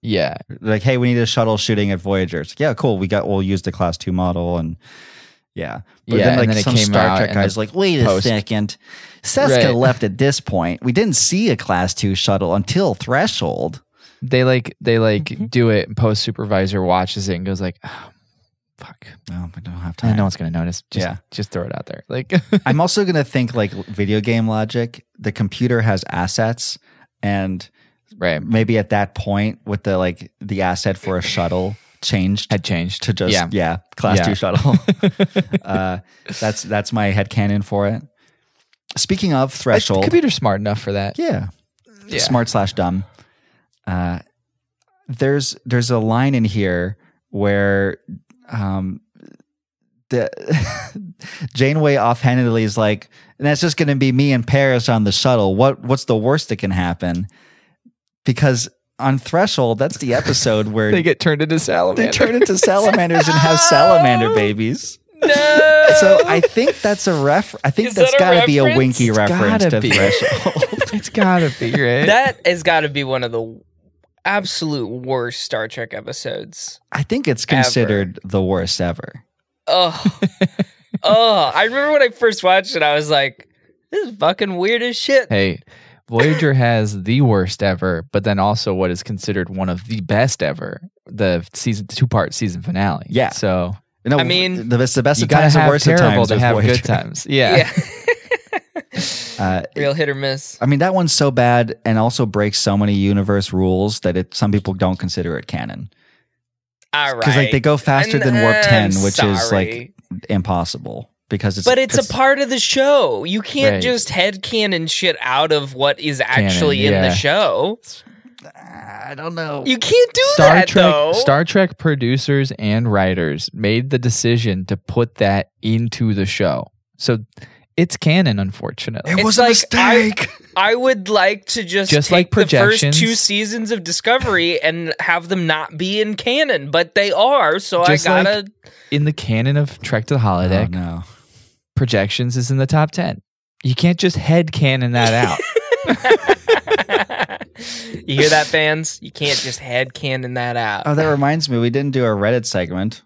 Speaker 1: yeah.
Speaker 3: Like, hey, we need a shuttle shooting at Voyager. It's like, yeah, cool. We got we'll use the class two model and Yeah. But
Speaker 1: Yeah, and
Speaker 3: then like
Speaker 1: then it
Speaker 3: some
Speaker 1: came
Speaker 3: Star
Speaker 1: out
Speaker 3: Trek
Speaker 1: and
Speaker 3: guy's
Speaker 1: the
Speaker 3: like, wait
Speaker 1: post-
Speaker 3: a second. Seska
Speaker 1: Right.
Speaker 3: left at this point. We didn't see a class two shuttle until Threshold.
Speaker 1: They like they like
Speaker 3: Mm-hmm.
Speaker 1: do it and post supervisor watches it and goes like oh, fuck.
Speaker 3: No, I don't have
Speaker 1: No
Speaker 3: time.
Speaker 1: one's gonna notice. Just
Speaker 3: Yeah.
Speaker 1: just throw it out there. Like
Speaker 3: I'm also gonna think like video game logic. The computer has assets and
Speaker 1: right.
Speaker 3: maybe at that point with the like the asset for a shuttle changed
Speaker 1: Had changed.
Speaker 3: to just yeah,
Speaker 1: yeah.
Speaker 3: class
Speaker 1: Yeah.
Speaker 3: two shuttle. uh, that's that's my headcanon for it. Speaking of
Speaker 1: Like,
Speaker 3: threshold,
Speaker 1: The computer's smart enough for that.
Speaker 3: yeah,
Speaker 1: Yeah.
Speaker 3: smart slash dumb. Uh, there's there's a line in here where um, the Janeway offhandedly is like, and that's just going to be me in Paris on the shuttle. What what's the worst that can happen? Because on Threshold, that's the episode where
Speaker 1: They get turned into
Speaker 3: they
Speaker 1: salamanders.
Speaker 3: turn into salamanders and have salamander babies. No. So I think that's a ref. I think
Speaker 2: Is
Speaker 3: that's
Speaker 2: that a
Speaker 3: got to be a
Speaker 2: reference?
Speaker 3: winky reference
Speaker 1: gotta
Speaker 3: to
Speaker 1: be.
Speaker 3: Threshold.
Speaker 1: it's gotta be right.
Speaker 2: That has got to be one of the absolute worst Star Trek episodes.
Speaker 3: I think it's considered the worst ever.
Speaker 2: Oh, oh! I remember when I first watched it, I was like, "This is fucking weird as shit."
Speaker 1: hey, Voyager has the worst ever, but then also what is considered one of the best ever, the season two part season finale.
Speaker 3: Yeah.
Speaker 1: So
Speaker 3: No,
Speaker 2: I mean,
Speaker 3: the, it's the best
Speaker 1: you
Speaker 3: of
Speaker 1: gotta
Speaker 3: times, the
Speaker 1: have
Speaker 3: worst of
Speaker 1: terrible
Speaker 3: times.
Speaker 1: to
Speaker 3: with
Speaker 1: have
Speaker 3: Voyager.
Speaker 1: good times. Yeah.
Speaker 2: Yeah,
Speaker 3: Uh,
Speaker 2: real hit or miss.
Speaker 3: I mean, that one's so bad and also breaks so many universe rules that it some people don't consider it canon
Speaker 2: All right,
Speaker 3: because like they go faster than
Speaker 2: And
Speaker 3: warp 10
Speaker 2: I'm
Speaker 3: which is like
Speaker 2: sorry.
Speaker 3: impossible because it's
Speaker 2: but it's, a part of the show. You can't
Speaker 1: Right.
Speaker 2: just headcanon shit out of what is actually
Speaker 1: Canon,
Speaker 2: in
Speaker 1: yeah.
Speaker 2: the show.
Speaker 3: i don't know
Speaker 2: You can't do
Speaker 1: Star
Speaker 2: that
Speaker 1: Trek
Speaker 2: though.
Speaker 1: Star Trek producers and writers made the decision to put that into the show. So it's canon, unfortunately.
Speaker 3: it
Speaker 2: It's
Speaker 3: was a
Speaker 2: like,
Speaker 3: mistake
Speaker 2: I would like to just
Speaker 1: Just
Speaker 2: take
Speaker 1: like
Speaker 2: the
Speaker 1: projections.
Speaker 2: first two seasons of Discovery and have them not be in canon, but they are. So
Speaker 1: Just
Speaker 2: I
Speaker 1: like-
Speaker 2: gotta.
Speaker 1: In the canon of Trek to the
Speaker 3: oh,
Speaker 1: Holodeck,
Speaker 3: no
Speaker 1: projections is in the top ten. You can't just head canon that out.
Speaker 2: you hear that, fans? You can't just head canon that out.
Speaker 3: oh that reminds me we didn't do a reddit segment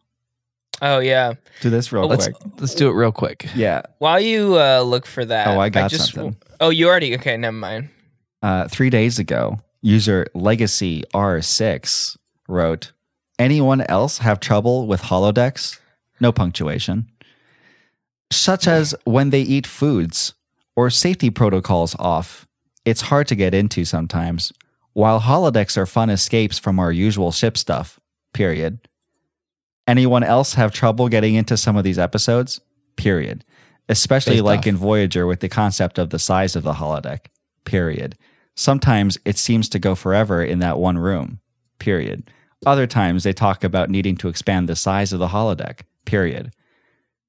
Speaker 2: Oh yeah.
Speaker 3: do this real
Speaker 1: Let's
Speaker 3: quick
Speaker 1: let's do it real quick.
Speaker 3: yeah
Speaker 2: While you uh, look for that,
Speaker 3: Oh, I got
Speaker 2: just,
Speaker 3: something.
Speaker 2: Oh, you already okay. Never mind.
Speaker 3: uh, three days ago, user Legacy R6 wrote, Anyone else have trouble with holodecks? No punctuation. Such as when they eat foods or safety protocols off. It's hard to get into sometimes. While holodecks are fun escapes from our usual ship stuff, period. Anyone else have trouble getting into some of these episodes? Period. Especially
Speaker 1: Big
Speaker 3: like
Speaker 1: stuff.
Speaker 3: in Voyager with the concept of the size of the holodeck. Period. Sometimes it seems to go forever in that one room. Period. Other times they talk about needing to expand the size of the holodeck. Period.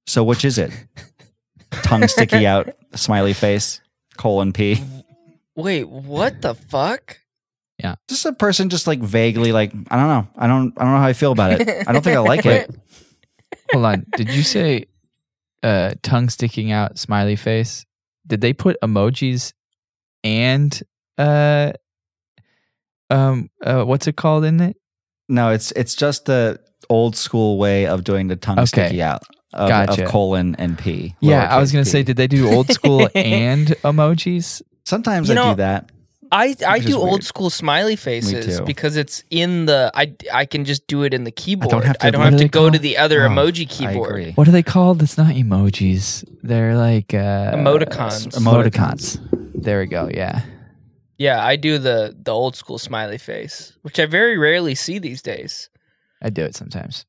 Speaker 3: So which is it? Tongue sticky out, smiley face, colon P.
Speaker 2: Wait, what the fuck?
Speaker 3: Just a person just like vaguely like, I don't know. I don't I don't know how I feel about it. I don't think I like it.
Speaker 1: Hold on. Did you say uh, tongue sticking out, smiley face? Did they put emojis and uh, um, uh, what's it called in it?
Speaker 3: No, it's it's just the old school way of doing the tongue
Speaker 1: Okay.
Speaker 3: sticky out of,
Speaker 1: Gotcha.
Speaker 3: of colon and P.
Speaker 1: yeah, I was
Speaker 3: lowercase
Speaker 1: gonna
Speaker 3: p.
Speaker 1: say, did they do old school and emojis?
Speaker 3: sometimes
Speaker 2: You
Speaker 3: I
Speaker 2: know,
Speaker 3: do that.
Speaker 2: I I
Speaker 3: Which is
Speaker 2: do old
Speaker 3: weird.
Speaker 2: school smiley faces
Speaker 3: too.
Speaker 2: because it's in the I I can just do it in the keyboard. I don't have
Speaker 3: have
Speaker 2: to,
Speaker 3: to- what
Speaker 1: do they
Speaker 2: go to
Speaker 1: call-
Speaker 2: the other
Speaker 3: Oh,
Speaker 2: emoji
Speaker 3: I
Speaker 2: keyboard.
Speaker 3: agree.
Speaker 1: What are they called? It's not emojis. They're like uh,
Speaker 2: Emoticons.
Speaker 1: Emoticons. There we go. Yeah.
Speaker 2: Yeah, I do the the old school smiley face, which I very rarely see these days.
Speaker 1: I do it sometimes.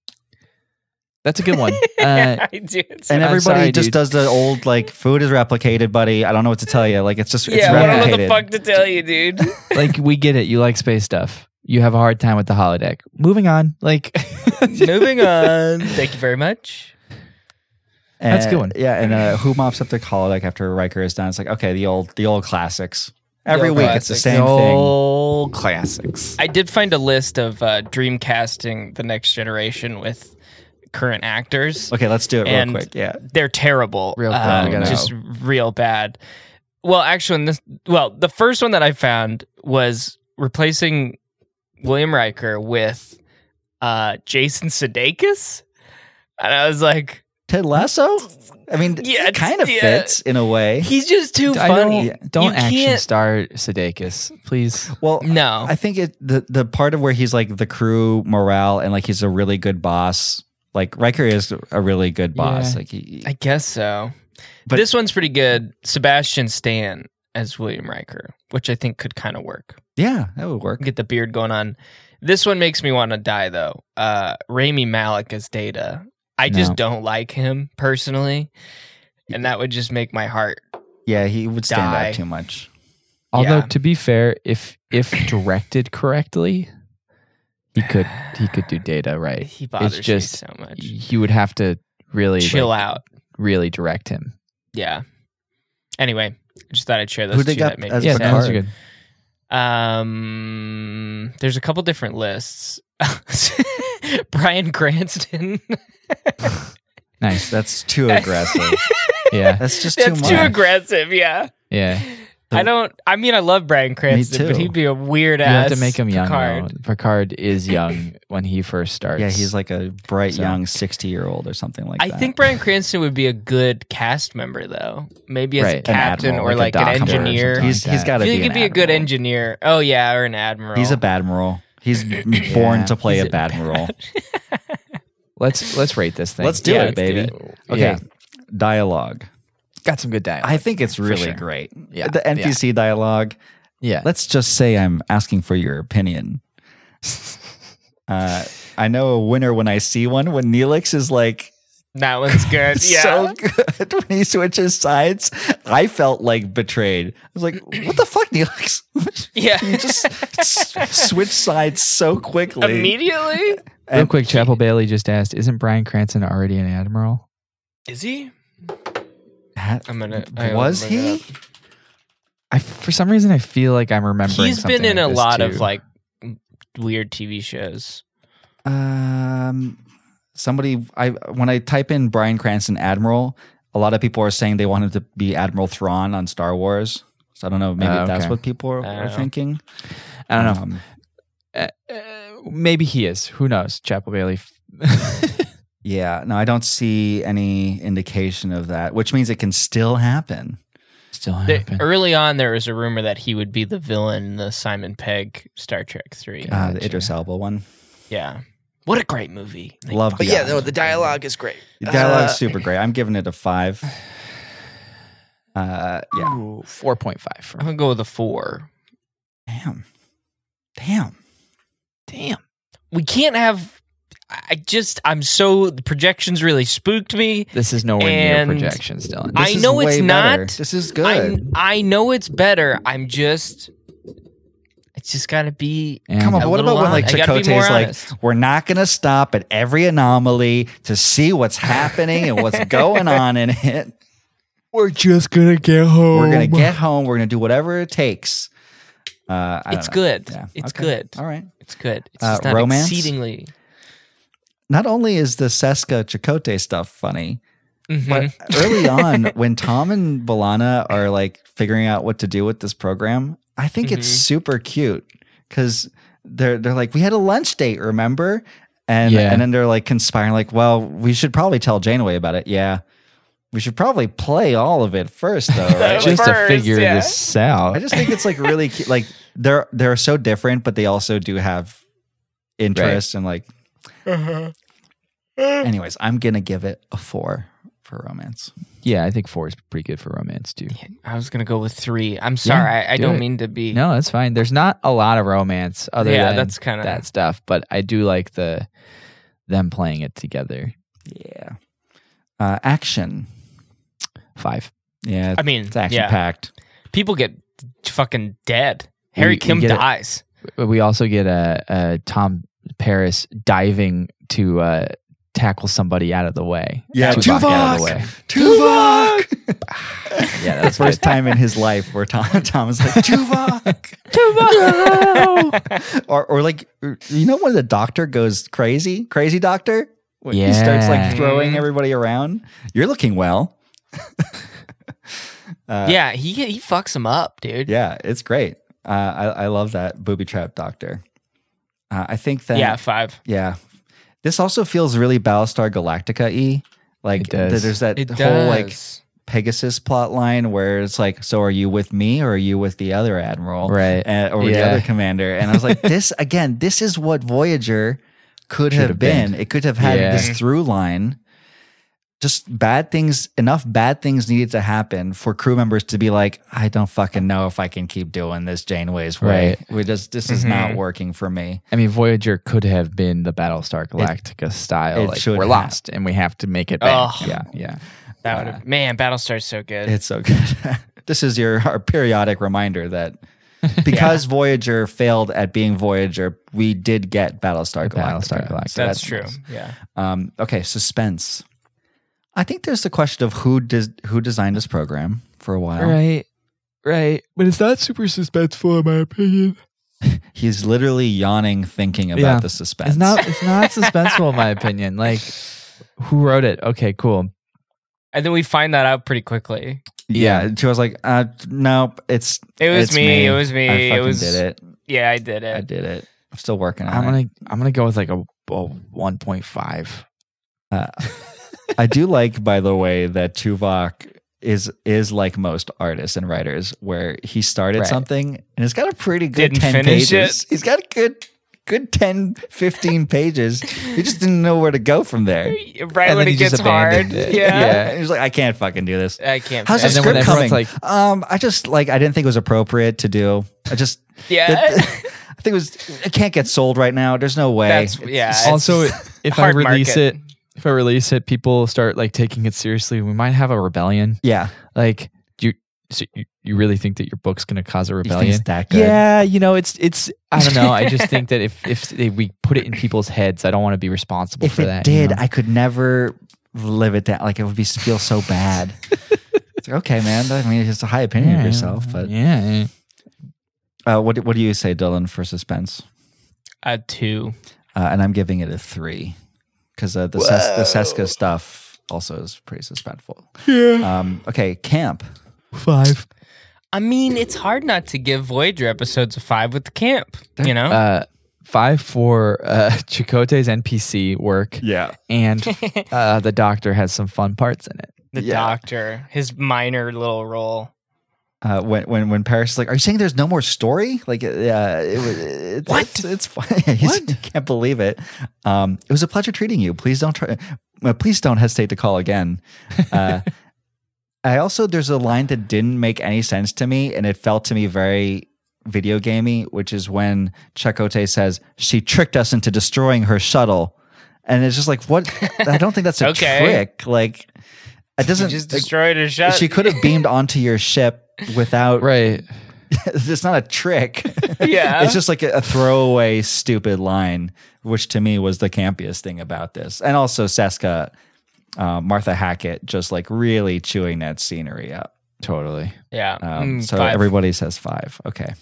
Speaker 1: That's a good one. Uh,
Speaker 2: I do. It's,
Speaker 3: And
Speaker 1: I'm
Speaker 3: everybody
Speaker 1: sorry,
Speaker 3: just
Speaker 1: dude.
Speaker 3: does the old like food is replicated, buddy. I don't know what to tell you. Like it's just it's
Speaker 2: yeah, I don't know what the
Speaker 3: replicated.
Speaker 2: fuck to tell you, dude.
Speaker 1: like we get it. You like space stuff. You have a hard time with the holodeck. Moving on. Like
Speaker 2: Moving on. Thank you very much.
Speaker 3: And-
Speaker 1: That's a good one.
Speaker 3: Yeah, and uh, who mops up the holodeck after Riker is done? It's like okay, the old the old classics. Every
Speaker 2: old
Speaker 3: week it's the
Speaker 2: classics.
Speaker 3: same thing.
Speaker 1: old classics.
Speaker 2: I did find a list of uh, Dreamcasting the Next Generation with current actors.
Speaker 3: Okay, let's do it real
Speaker 2: And-
Speaker 3: quick. Yeah,
Speaker 2: They're terrible.
Speaker 1: Real
Speaker 2: Um,
Speaker 1: bad, we gotta-
Speaker 2: just real bad. Well, actually, in this, well, the first one that I found was replacing William Riker with uh, Jason Sudeikis, and I was like,
Speaker 3: Ted Lasso? I mean,
Speaker 2: Yeah,
Speaker 3: it kind of
Speaker 2: yeah.
Speaker 3: fits in a way.
Speaker 2: He's just too
Speaker 1: I
Speaker 2: funny.
Speaker 1: don't, don't
Speaker 2: You
Speaker 1: action
Speaker 2: can't-
Speaker 1: star Sudeikis, please.
Speaker 3: Well,
Speaker 2: No.
Speaker 3: I think it the the part of where he's like the crew morale and like he's a really good boss. Like Riker is a really good boss.
Speaker 1: Yeah.
Speaker 3: Like he,
Speaker 2: I guess so.
Speaker 3: But-
Speaker 2: this one's pretty good. Sebastian Stan as William Riker, which I think could kind of work.
Speaker 3: yeah, that would work.
Speaker 2: Get the beard going on. This one makes me want to die though. Uh Rami Malik as Data. I just
Speaker 1: No.
Speaker 2: don't like him personally. And that would just make my heart.
Speaker 3: Yeah, he would stand
Speaker 2: Die.
Speaker 3: out too much.
Speaker 1: Although
Speaker 2: Yeah.
Speaker 1: to be fair, if if directed correctly, he could he could do data right.
Speaker 2: He bothers
Speaker 1: just-
Speaker 2: me so much.
Speaker 1: You would have to really
Speaker 2: Chill
Speaker 1: like,
Speaker 2: out.
Speaker 1: really direct him.
Speaker 2: Yeah. Anyway, I just thought I'd share
Speaker 3: Who
Speaker 2: those
Speaker 3: they
Speaker 2: two
Speaker 3: got
Speaker 2: that made
Speaker 3: as
Speaker 2: me
Speaker 1: yeah,
Speaker 2: sad.
Speaker 3: Picard?
Speaker 1: those are good.
Speaker 2: Um, there's a couple different lists. Brian Cranston.
Speaker 1: Nice.
Speaker 3: That's too aggressive.
Speaker 1: Yeah,
Speaker 3: That's just too
Speaker 2: That's
Speaker 3: much.
Speaker 2: too aggressive. Yeah,
Speaker 1: yeah.
Speaker 2: I don't. I mean, I love Brian Cranston, but
Speaker 3: too.
Speaker 2: he'd be a weird
Speaker 1: you
Speaker 2: ass.
Speaker 1: have to make him young.
Speaker 2: Picard.
Speaker 1: Picard. Picard is young when he first starts.
Speaker 3: yeah, he's like a bright
Speaker 1: So-
Speaker 3: young sixty year old or something like
Speaker 2: I
Speaker 3: that.
Speaker 2: think Brian Cranston would be a good cast member, though. Maybe as a
Speaker 1: Right. An
Speaker 2: captain
Speaker 3: admiral,
Speaker 2: or
Speaker 3: like
Speaker 2: like,
Speaker 3: a
Speaker 2: an
Speaker 1: doctor or
Speaker 2: engineer.
Speaker 1: something.
Speaker 3: he's he's got
Speaker 2: I
Speaker 3: to
Speaker 2: feel
Speaker 3: be.
Speaker 2: like he'd
Speaker 3: an
Speaker 2: be a good
Speaker 3: admiral.
Speaker 2: engineer. Oh yeah, or an admiral.
Speaker 3: He's a bad admiral. He's born to play a bad admiral.
Speaker 1: let's let's rate this thing.
Speaker 3: Let's do
Speaker 2: Yeah,
Speaker 3: it,
Speaker 2: let's do
Speaker 3: baby.
Speaker 2: it.
Speaker 3: Okay,
Speaker 1: Yeah.
Speaker 3: dialogue.
Speaker 1: Got some good dialogue.
Speaker 3: I think it's really
Speaker 1: sure.
Speaker 3: great.
Speaker 1: Yeah,
Speaker 3: the NPC dialogue.
Speaker 1: yeah.
Speaker 3: Let's just say I'm asking for your opinion. uh, I know a winner when I see one. When Neelix is like
Speaker 2: That one's good. Yeah.
Speaker 3: so good when he switches sides, I felt like betrayed. I was like, "What the fuck, Neelix?
Speaker 2: yeah.
Speaker 3: you just s- switch sides so quickly."
Speaker 2: Immediately.
Speaker 1: Real
Speaker 3: and-
Speaker 1: quick, Chapel Bailey just asked, "Isn't Brian Cranston already an admiral?"
Speaker 2: Is he?
Speaker 3: That-
Speaker 2: I'm gonna. I gotta
Speaker 3: was
Speaker 2: look it
Speaker 3: he?
Speaker 2: up.
Speaker 1: I for some reason I feel like I'm remembering.
Speaker 2: He's
Speaker 1: something
Speaker 2: been in
Speaker 1: like
Speaker 2: a
Speaker 1: this,
Speaker 2: lot of
Speaker 1: too.
Speaker 2: like weird TV shows.
Speaker 3: Um, somebody, I when I type in Brian Cranston Admiral, a lot of people are saying they want him to be Admiral Thrawn on Star Wars. So I don't know. Maybe
Speaker 1: Oh,
Speaker 3: that's
Speaker 1: okay.
Speaker 3: what people are,
Speaker 2: I don't
Speaker 3: are
Speaker 2: know.
Speaker 3: thinking.
Speaker 1: I don't know.
Speaker 3: Um,
Speaker 1: Uh, maybe he is. Who knows? Chapel Bailey.
Speaker 3: yeah, no, I don't see any indication of that, which means it can still happen.
Speaker 1: Still
Speaker 3: Oh,
Speaker 2: There-
Speaker 1: happen.
Speaker 2: early on, there was a rumor that he would be the villain in the Simon Pegg Star Trek Three.
Speaker 3: Uh, the
Speaker 1: Gotcha.
Speaker 3: Idris Elba one.
Speaker 2: Yeah, what a great movie! They
Speaker 3: Love
Speaker 2: fucking-
Speaker 3: the- Yeah, no,
Speaker 2: the dialogue is great.
Speaker 3: The
Speaker 2: Uh,
Speaker 3: dialogue's super great. I'm giving it a five. Uh, yeah.
Speaker 1: Four point five for
Speaker 2: I'm gonna go with a four. Hmm.
Speaker 3: Damn. Damn.
Speaker 2: Damn, we can't have. I just, I'm so the projections really spooked me.
Speaker 1: This is nowhere
Speaker 2: And
Speaker 1: near projections, Dylan.
Speaker 2: I
Speaker 3: This is
Speaker 2: know it's
Speaker 3: way better.
Speaker 2: not.
Speaker 3: This is
Speaker 2: I
Speaker 3: good.
Speaker 2: I know it's better. I'm just, it's just gotta be.
Speaker 1: And-
Speaker 3: Come on,
Speaker 2: a
Speaker 3: but what
Speaker 2: little
Speaker 3: about when
Speaker 2: on-
Speaker 3: like
Speaker 2: I gotta be
Speaker 3: Chakotay's
Speaker 2: more honest.
Speaker 3: like, we're not going to stop at every anomaly to see what's happening and what's going on in it.
Speaker 1: we're just gonna get home.
Speaker 3: We're going to get home. We're going to do whatever it takes. Uh, I don't
Speaker 2: It's
Speaker 3: know.
Speaker 2: good.
Speaker 3: Yeah,
Speaker 2: It's
Speaker 3: okay.
Speaker 2: good.
Speaker 3: All right.
Speaker 2: It's good. It's
Speaker 3: Uh,
Speaker 2: just not
Speaker 3: romance?
Speaker 2: exceedingly.
Speaker 3: Not only is the Seska Chakotay stuff funny,
Speaker 2: Mhm.
Speaker 3: but
Speaker 1: Mm-hmm.
Speaker 3: early on when Tom and Balana are like figuring out what to do with this program, I think it's
Speaker 2: Mhm.
Speaker 1: Mm-hmm.
Speaker 3: super cute because they're they're like, we had a lunch date, remember? And
Speaker 1: Yeah.
Speaker 3: and then they're like conspiring, like, well, we should probably tell Janeway about it. Yeah, we should probably play all of it first, though. Right?
Speaker 1: just to
Speaker 2: First,
Speaker 1: figure
Speaker 2: yeah.
Speaker 1: this out.
Speaker 3: I just think it's like really cute. Like they're they're so different, but they also do have interests and like.
Speaker 1: Uh-huh.
Speaker 3: Anyways, I'm gonna give it a four for romance.
Speaker 1: yeah, I think four is pretty good for romance too.
Speaker 2: I was gonna go with three. I'm sorry. I, I
Speaker 1: do
Speaker 2: don't
Speaker 1: it.
Speaker 2: mean to be.
Speaker 1: No, that's fine. There's not a lot of romance other
Speaker 2: Yeah,
Speaker 1: than
Speaker 2: that's kinda-
Speaker 1: that stuff, but I do like the them playing it together.
Speaker 3: Yeah. Uh, action.
Speaker 1: Five.
Speaker 3: Yeah.
Speaker 2: I mean,
Speaker 3: it's action
Speaker 2: yeah.
Speaker 3: packed.
Speaker 2: People get fucking dead.
Speaker 1: We-
Speaker 2: Harry
Speaker 1: we
Speaker 2: Kim
Speaker 1: get it.
Speaker 2: dies.
Speaker 1: But we also get a, a Tom Paris diving to uh, tackle somebody out of the way.
Speaker 3: Yeah,
Speaker 1: Tuvok out of the
Speaker 3: Tuvok!
Speaker 1: way.
Speaker 3: Tuvok.
Speaker 1: Yeah,
Speaker 3: the
Speaker 1: that's
Speaker 3: first time in his life where Tom Tom is like Tuvok. Tuvok. or or like you know when the doctor goes crazy, crazy doctor. When He starts
Speaker 1: Yeah.
Speaker 3: like throwing everybody around. You're looking well. Uh,
Speaker 2: yeah, he he fucks him up, dude.
Speaker 3: Yeah, it's great. Uh, I I love that booby trap doctor. Uh, I think that
Speaker 2: yeah, five.
Speaker 3: Yeah. This also feels really Battlestar Galactica y. Like
Speaker 1: It does.
Speaker 3: th- there's that
Speaker 2: It
Speaker 3: whole
Speaker 2: does.
Speaker 3: like Pegasus plot line where it's like, so are you with me or are you with the other admiral,
Speaker 1: Right.
Speaker 3: And- or with the
Speaker 1: Yeah.
Speaker 3: other commander? And I was like, this again, this is what Voyager could
Speaker 1: Should
Speaker 3: have,
Speaker 1: have
Speaker 3: been.
Speaker 1: been.
Speaker 3: It could have had
Speaker 1: Yeah.
Speaker 3: this through line. Just bad things, enough bad things needed to happen for crew members to be like, I don't fucking know if I can keep doing this Janeway's way.
Speaker 1: Right. Mm-hmm.
Speaker 3: We just this is not working for me.
Speaker 1: I mean, Voyager could have been the Battlestar Galactica style.
Speaker 3: it
Speaker 1: like
Speaker 3: should
Speaker 1: we're
Speaker 3: have.
Speaker 1: lost and we have to make it back.
Speaker 2: Ugh.
Speaker 1: Yeah, yeah.
Speaker 2: That would have, man, Battlestar's so good.
Speaker 3: It's so good. this is your our periodic reminder that because Voyager failed at being Voyager, we did get Battlestar Galactica.
Speaker 1: Battlestar Galactica.
Speaker 3: So
Speaker 2: that's true.
Speaker 3: nice.
Speaker 2: Yeah.
Speaker 3: Um, okay, suspense. I think there's the question of who does who designed this program for a while.
Speaker 1: Right, right. But it's not super suspenseful, in my opinion.
Speaker 3: He's literally yawning, thinking about
Speaker 1: Yeah.
Speaker 3: the suspense.
Speaker 1: It's not. It's not suspenseful, in my opinion. Like, who wrote it? Okay, cool.
Speaker 2: And then we find that out pretty quickly.
Speaker 3: yeah, she was like, uh, nope. It's
Speaker 2: It was
Speaker 3: it's
Speaker 2: me, it was me,
Speaker 3: I
Speaker 2: it
Speaker 3: fucking
Speaker 2: was-
Speaker 3: did it.
Speaker 2: Yeah, I did it.
Speaker 3: I did it. I'm still working on
Speaker 1: I'm
Speaker 3: it.
Speaker 1: gonna. I'm gonna go with like a, a one point five.
Speaker 3: Uh, I do like, by the way, that Tuvok is is like most artists and writers, where he started
Speaker 1: Right.
Speaker 3: something and it's got a pretty good
Speaker 2: Didn't
Speaker 3: 10
Speaker 2: finish
Speaker 3: pages. He's got a good good 10, 15 pages. He just didn't know where to go from there.
Speaker 2: right
Speaker 3: And
Speaker 2: when
Speaker 3: then
Speaker 2: it
Speaker 3: he just
Speaker 2: gets hard.
Speaker 3: abandoned it.
Speaker 2: Yeah.
Speaker 3: And He's like, I can't fucking do this.
Speaker 2: I can't.
Speaker 3: How's the
Speaker 1: And then when
Speaker 3: script coming?
Speaker 1: everyone's
Speaker 3: um, I just like I didn't think it was appropriate to do. I just
Speaker 2: Yeah.
Speaker 3: I think it was it can't get sold right now. There's no way.
Speaker 2: That's yeah. it's-
Speaker 1: also if i
Speaker 2: hard
Speaker 1: release it
Speaker 2: market.
Speaker 1: if i release it people start like taking it seriously we might have a rebellion
Speaker 3: yeah.
Speaker 1: like do you so you, you really think that your book's going to cause a
Speaker 3: You think
Speaker 1: rebellion
Speaker 3: it's that good?
Speaker 1: yeah you know it's it's i don't know i just think that if if they, we put it in people's heads i don't want to be responsible
Speaker 3: if
Speaker 1: for
Speaker 3: it
Speaker 1: that you
Speaker 3: did,
Speaker 1: know?
Speaker 3: I could never live it down. Like it would be feel so bad. it's like, okay, man. I mean, it's a high opinion of yourself, but
Speaker 1: yeah
Speaker 3: uh, what what do you say, Dylan, for suspense?
Speaker 2: a two.
Speaker 3: Uh, and I'm giving it a three because uh, the Ses- the Seska stuff also is pretty suspenseful. Yeah. Um, okay, camp.
Speaker 1: five
Speaker 2: I mean, it's hard not to give Voyager episodes a five with the camp. You know,
Speaker 1: uh five for uh chicote's npc work
Speaker 3: Yeah.
Speaker 1: and uh the doctor has some fun parts in it
Speaker 2: the
Speaker 3: yeah.
Speaker 2: Doctor, his minor little role.
Speaker 3: Uh, when when when Paris is like, are you saying there's no more story? Like, uh, it was it's, what? It's, it's fine. He's- I can't believe it. Um, it was a pleasure treating you. Please don't try. Uh, please don't hesitate to call again. Uh, I also there's a line that didn't make any sense to me, and it felt to me very video gamey, which is when Chakotay says she tricked us into destroying her shuttle, and it's just like, what? I don't think that's a
Speaker 2: Okay.
Speaker 3: trick. Like, it doesn't.
Speaker 2: He just
Speaker 3: like,
Speaker 2: destroyed his shot.
Speaker 3: she could have beamed onto your ship without
Speaker 1: right
Speaker 3: it's not a trick.
Speaker 2: Yeah.
Speaker 3: it's just like a, a throwaway, stupid line, which to me was the campiest thing about this. And also Seska, uh, Martha Hackett, just like really chewing that scenery up.
Speaker 1: totally
Speaker 2: yeah.
Speaker 3: Um,
Speaker 2: Mm,
Speaker 3: so
Speaker 2: five.
Speaker 3: everybody says five. Okay.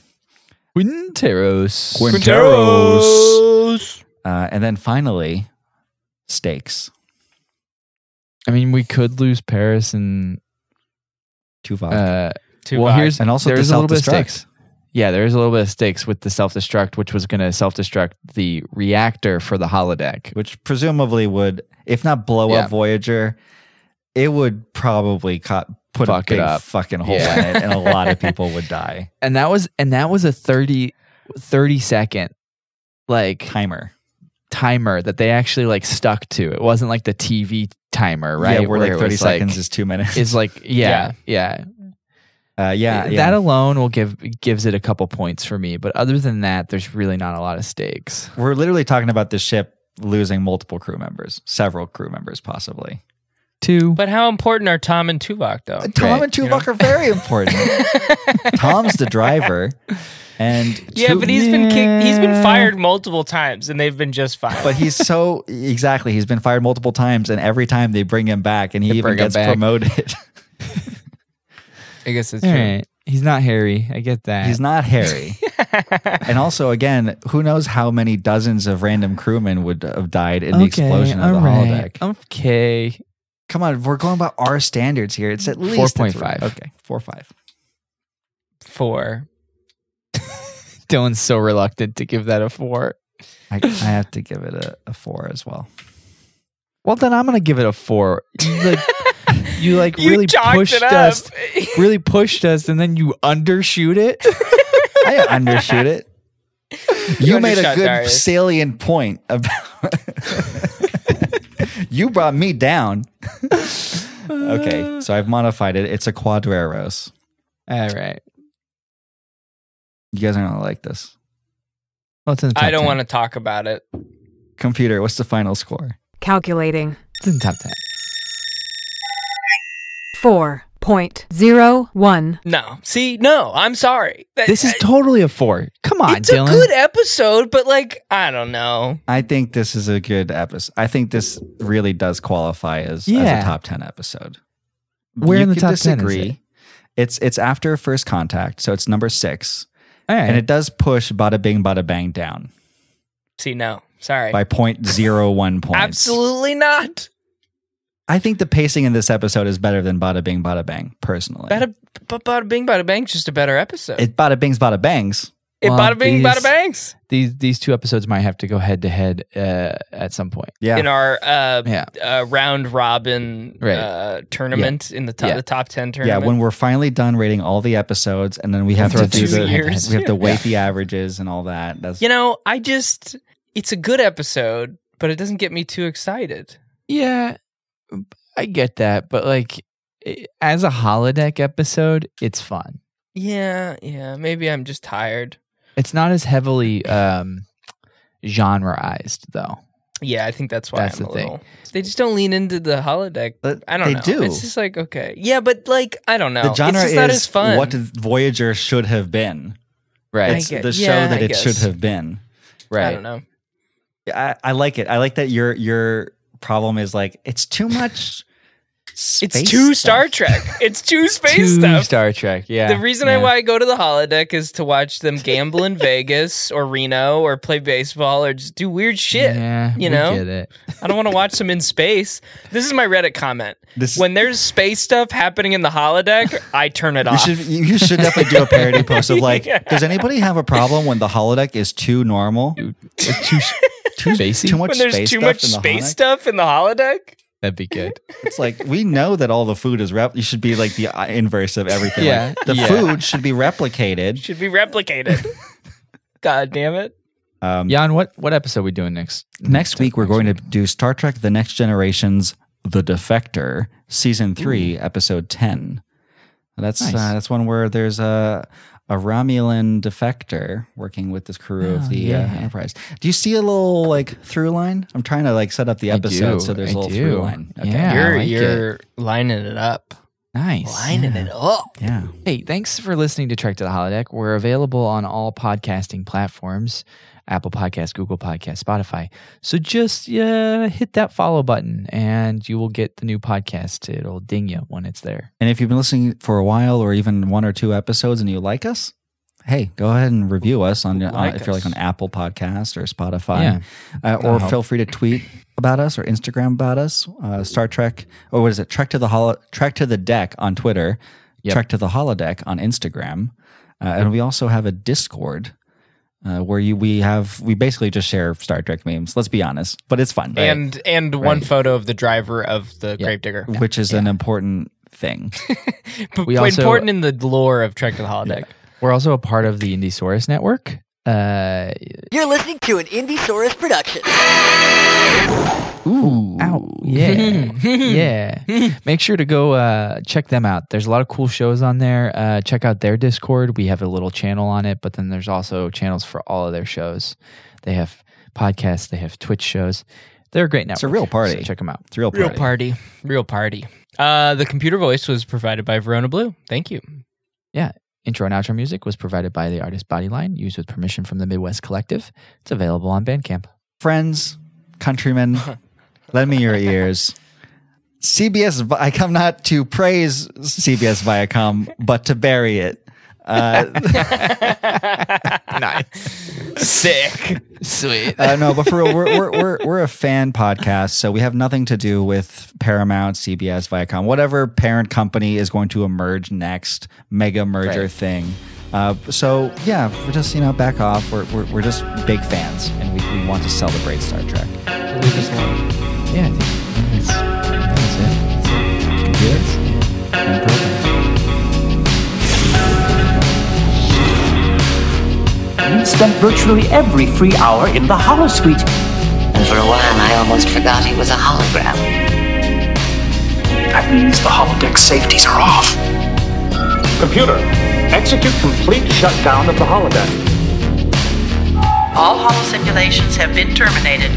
Speaker 1: quinteros
Speaker 3: Quinteros. Uh, and then finally, stakes.
Speaker 1: I mean, we could lose Paris and
Speaker 3: Tuvok.
Speaker 1: uh,
Speaker 2: Two
Speaker 1: well,
Speaker 2: five.
Speaker 1: here's
Speaker 3: And also
Speaker 1: there's
Speaker 3: the
Speaker 1: a little bit of
Speaker 3: self-destruct.
Speaker 1: stakes. Yeah, there's a little bit of stakes with the self destruct, which was going to self destruct the reactor for the holodeck.
Speaker 3: which presumably would, if not blow
Speaker 1: Yeah.
Speaker 3: up Voyager, it would probably co- put
Speaker 1: Fuck
Speaker 3: a
Speaker 1: it
Speaker 3: big
Speaker 1: up.
Speaker 3: fucking hole
Speaker 1: Yeah.
Speaker 3: in it, and a lot of people would die.
Speaker 1: And that was and that was a 30, 30 second like
Speaker 3: Timer,
Speaker 1: timer that they actually like stuck to. It wasn't like the TV timer, right?
Speaker 3: Yeah, where, like
Speaker 1: it
Speaker 3: thirty
Speaker 1: was,
Speaker 3: seconds
Speaker 1: like,
Speaker 3: is two minutes.
Speaker 1: is like yeah, yeah.
Speaker 3: uh, yeah, yeah.
Speaker 1: That alone will give gives it a couple points for me. But other than that, there's really not a lot of stakes.
Speaker 3: We're literally talking about the ship losing multiple crew members, several crew members possibly.
Speaker 1: Two.
Speaker 2: but how important are Tom and Tuvok though?
Speaker 3: Uh, Tom
Speaker 1: Right,
Speaker 3: and Tuvok are very important. Tom's the driver, and
Speaker 2: Yeah,
Speaker 3: Tu-
Speaker 2: but he's been kicked. He's been fired multiple times, and they've been just fine.
Speaker 3: But he's so exactly. He's been fired multiple times, and every time they bring him back, and he
Speaker 1: They
Speaker 3: even
Speaker 1: bring him
Speaker 3: gets
Speaker 1: back.
Speaker 3: promoted.
Speaker 2: I guess it's
Speaker 1: All right. He's not hairy. I get that.
Speaker 3: He's not hairy. and also, again, who knows how many dozens of random crewmen would have died in the explosion of the holodeck?
Speaker 1: Okay.
Speaker 3: Come on, we're going by our standards here. It's at least a three.
Speaker 1: 4.5.
Speaker 3: Okay, four five.
Speaker 2: four.
Speaker 1: Dylan's so reluctant to give that a four.
Speaker 3: I, I have to give it a, a four as well.
Speaker 1: Well, then I'm gonna give it a four. You like, you like
Speaker 2: You
Speaker 1: really
Speaker 2: chalked it
Speaker 1: pushed
Speaker 2: up.
Speaker 1: us, really pushed us, and then you undershoot it.
Speaker 3: I undershoot it. You made a
Speaker 2: undershot
Speaker 3: good
Speaker 2: Darius.
Speaker 3: salient point about. you brought me down. okay, so I've modified it. It's a quadreros.
Speaker 1: All right.
Speaker 3: You guys aren't gonna like this.
Speaker 1: Well, it's in the top
Speaker 2: I don't
Speaker 1: 10.
Speaker 2: want to talk about it.
Speaker 3: Computer, what's the final score?
Speaker 9: Calculating.
Speaker 1: It's in the top ten.
Speaker 9: 4.01.
Speaker 2: No. See, no, I'm sorry. That-
Speaker 1: This is totally a four. Come on,
Speaker 2: it's
Speaker 1: Dylan.
Speaker 2: a good episode, but like, I don't know.
Speaker 3: I think this is a good episode. I think this really does qualify as, as
Speaker 1: Yeah.
Speaker 3: a top ten episode.
Speaker 1: Where
Speaker 3: You
Speaker 1: in the
Speaker 3: could
Speaker 1: top 10 is it?
Speaker 3: It's it's after first contact, so it's number six,
Speaker 1: All right.
Speaker 3: and it does push bada bing bada bang down
Speaker 2: See, no. Sorry.
Speaker 3: by point zero one points.
Speaker 2: Absolutely not.
Speaker 3: I think the pacing in this episode is better than Bada Bing Bada Bang. Personally,
Speaker 2: Bada, b- bada bing, bada bang's just a better episode. It,
Speaker 3: it Bada Bings Bada Bangs.
Speaker 1: Well,
Speaker 2: bada bing,
Speaker 1: these-
Speaker 2: bada bangs.
Speaker 1: these these two episodes might have to go head to head uh, at some point.
Speaker 3: Yeah,
Speaker 2: In our uh,
Speaker 1: Yeah.
Speaker 2: uh, round robin
Speaker 1: Right.
Speaker 2: uh, tournament in the top,
Speaker 1: Yeah.
Speaker 2: the top ten
Speaker 3: yeah.
Speaker 2: tournament.
Speaker 3: When we're finally done rating all the episodes, and then we have to
Speaker 1: After
Speaker 3: do
Speaker 1: two
Speaker 3: the
Speaker 2: years.
Speaker 3: we have to weight the averages and all that. That's
Speaker 2: you know, I just it's a good episode, but it doesn't get me too excited.
Speaker 1: Yeah, I get that, but like i- as a holodeck episode, it's fun.
Speaker 2: Yeah, yeah. Maybe I'm just tired.
Speaker 1: It's not as heavily um genreized though.
Speaker 2: Yeah, I think that's why
Speaker 1: That's
Speaker 2: I'm
Speaker 1: the
Speaker 2: a
Speaker 1: thing.
Speaker 2: little. They just don't lean into the holodeck.
Speaker 3: But
Speaker 2: I don't
Speaker 3: they
Speaker 2: know.
Speaker 3: do.
Speaker 2: It's just like okay, yeah, but like I don't know.
Speaker 3: the genre
Speaker 2: it's just
Speaker 3: is
Speaker 2: not as fun.
Speaker 3: what Voyager should have been.
Speaker 1: Right.
Speaker 3: It's
Speaker 2: get-
Speaker 3: the show
Speaker 2: yeah,
Speaker 3: that
Speaker 2: I
Speaker 3: it should
Speaker 2: guess.
Speaker 3: have been.
Speaker 1: right.
Speaker 2: I don't know.
Speaker 3: I, I like it. I like that your your problem is like it's too much.
Speaker 2: It's
Speaker 3: space
Speaker 2: too
Speaker 3: stuff.
Speaker 2: Star Trek. It's too space
Speaker 1: Two
Speaker 2: stuff.
Speaker 1: Star Trek. Yeah.
Speaker 2: the reason I
Speaker 1: yeah.
Speaker 2: why I go to the holodeck is to watch them gamble in Vegas or Reno or play baseball or just do weird shit.
Speaker 1: Yeah, we
Speaker 2: you know?
Speaker 1: get it.
Speaker 2: I don't want to watch them in space. This is my Reddit comment.
Speaker 3: This-
Speaker 2: when there's space stuff happening in the holodeck, I turn it
Speaker 3: You
Speaker 2: off.
Speaker 3: should you should definitely do a parody post of like, does anybody have a problem when the holodeck is too normal?
Speaker 1: It's too too spacey.
Speaker 3: Too much
Speaker 2: when there's
Speaker 3: space
Speaker 2: too
Speaker 3: stuff
Speaker 2: much
Speaker 3: in the
Speaker 2: space
Speaker 3: holodeck?
Speaker 2: stuff in the holodeck,
Speaker 1: That'd be good.
Speaker 3: It's like we know that all the food is rep. You should be like the uh, inverse of everything. Like,
Speaker 1: Yeah,
Speaker 3: the
Speaker 1: yeah.
Speaker 3: food should be replicated.
Speaker 2: should be replicated. God damn it.
Speaker 3: Um,
Speaker 1: Jan, what what episode are we doing next?
Speaker 3: Next week we're going to do Star Trek: The Next Generation's The Defector, season three, episode ten. That's
Speaker 1: Nice.
Speaker 3: uh, that's one where there's a a Romulan defector working with this crew
Speaker 1: Oh,
Speaker 3: of the
Speaker 1: yeah.
Speaker 3: uh, Enterprise. Do you see a little like through line? I'm trying to like set up the
Speaker 1: I
Speaker 3: episode
Speaker 1: do,
Speaker 3: so there's
Speaker 1: I
Speaker 3: a little
Speaker 1: do.
Speaker 3: through line.
Speaker 1: Yeah, I
Speaker 2: you're
Speaker 1: like
Speaker 2: you're lining it up.
Speaker 1: Nice.
Speaker 2: Lining it up.
Speaker 3: yeah.
Speaker 1: Hey, thanks for listening to Trek to the Holodeck. We're available on all podcasting platforms Apple Podcasts, Google Podcasts, Spotify. So just uh, hit that follow button and you will get the new podcast. It'll ding you when it's there.
Speaker 3: And if you've been listening for a while or even one or two episodes and you like us, hey, go ahead and review us on, on
Speaker 2: Like
Speaker 3: if you're like
Speaker 2: us.
Speaker 3: on Apple Podcast or Spotify,
Speaker 1: Yeah.
Speaker 3: uh, or
Speaker 1: That'll help.
Speaker 3: feel free to tweet about us or Instagram about us. Uh, Star Trek, or what is it? Trek to the holo, Trek to the deck on Twitter,
Speaker 1: Yep.
Speaker 3: Trek to the holodeck on Instagram, uh, and we also have a Discord. Uh, where you we have we basically just share Star Trek memes. Let's be honest, but it's fun,
Speaker 2: And and one
Speaker 1: Right.
Speaker 2: photo of the driver of the
Speaker 1: Yeah.
Speaker 2: gravedigger.
Speaker 3: which is an important thing.
Speaker 2: P-
Speaker 1: We
Speaker 2: p-
Speaker 1: also-
Speaker 2: important in the lore of Trek to the Holodeck.
Speaker 1: We're also a part of the Indiesaurus Network. Uh,
Speaker 10: You're listening to an Indiesaurus production.
Speaker 3: Ooh,
Speaker 1: yeah. yeah. Make sure to go uh, check them out. There's a lot of cool shows on there. Uh, check out their Discord. We have a little channel on it, but then there's also channels for all of their shows. They have podcasts, they have Twitch shows. They're a great network.
Speaker 3: It's a real party.
Speaker 1: So check them out.
Speaker 3: it's a real
Speaker 2: Real
Speaker 3: party.
Speaker 2: party. Real party. Uh, the computer voice was provided by Verona Blue. Thank you.
Speaker 1: Intro and outro music was provided by the artist Bodyline, used with permission from the Midwest Collective. It's available on Bandcamp.
Speaker 3: friends, countrymen, lend me your ears. CBS, Vi- I come not to praise CBS Viacom, but to bury it. Uh,
Speaker 2: Sick.
Speaker 1: Sweet.
Speaker 3: uh, no, but for real, we're, we're, we're, we're a fan podcast, so we have nothing to do with Paramount, CBS, Viacom, whatever parent company is going to emerge next, mega merger
Speaker 1: Right.
Speaker 3: thing. Uh, so, yeah, we're just, you know, back off. We're, we're, we're just big fans, and we, we want to celebrate Star Trek.
Speaker 1: yeah. I think- and programs.
Speaker 11: You spent virtually every free hour in the Hollow Suite.
Speaker 12: And for a while, I almost forgot he was a hologram.
Speaker 13: That means the holodeck safeties are off.
Speaker 5: Computer, execute complete shutdown of the holodeck.
Speaker 6: All holo simulations have been terminated.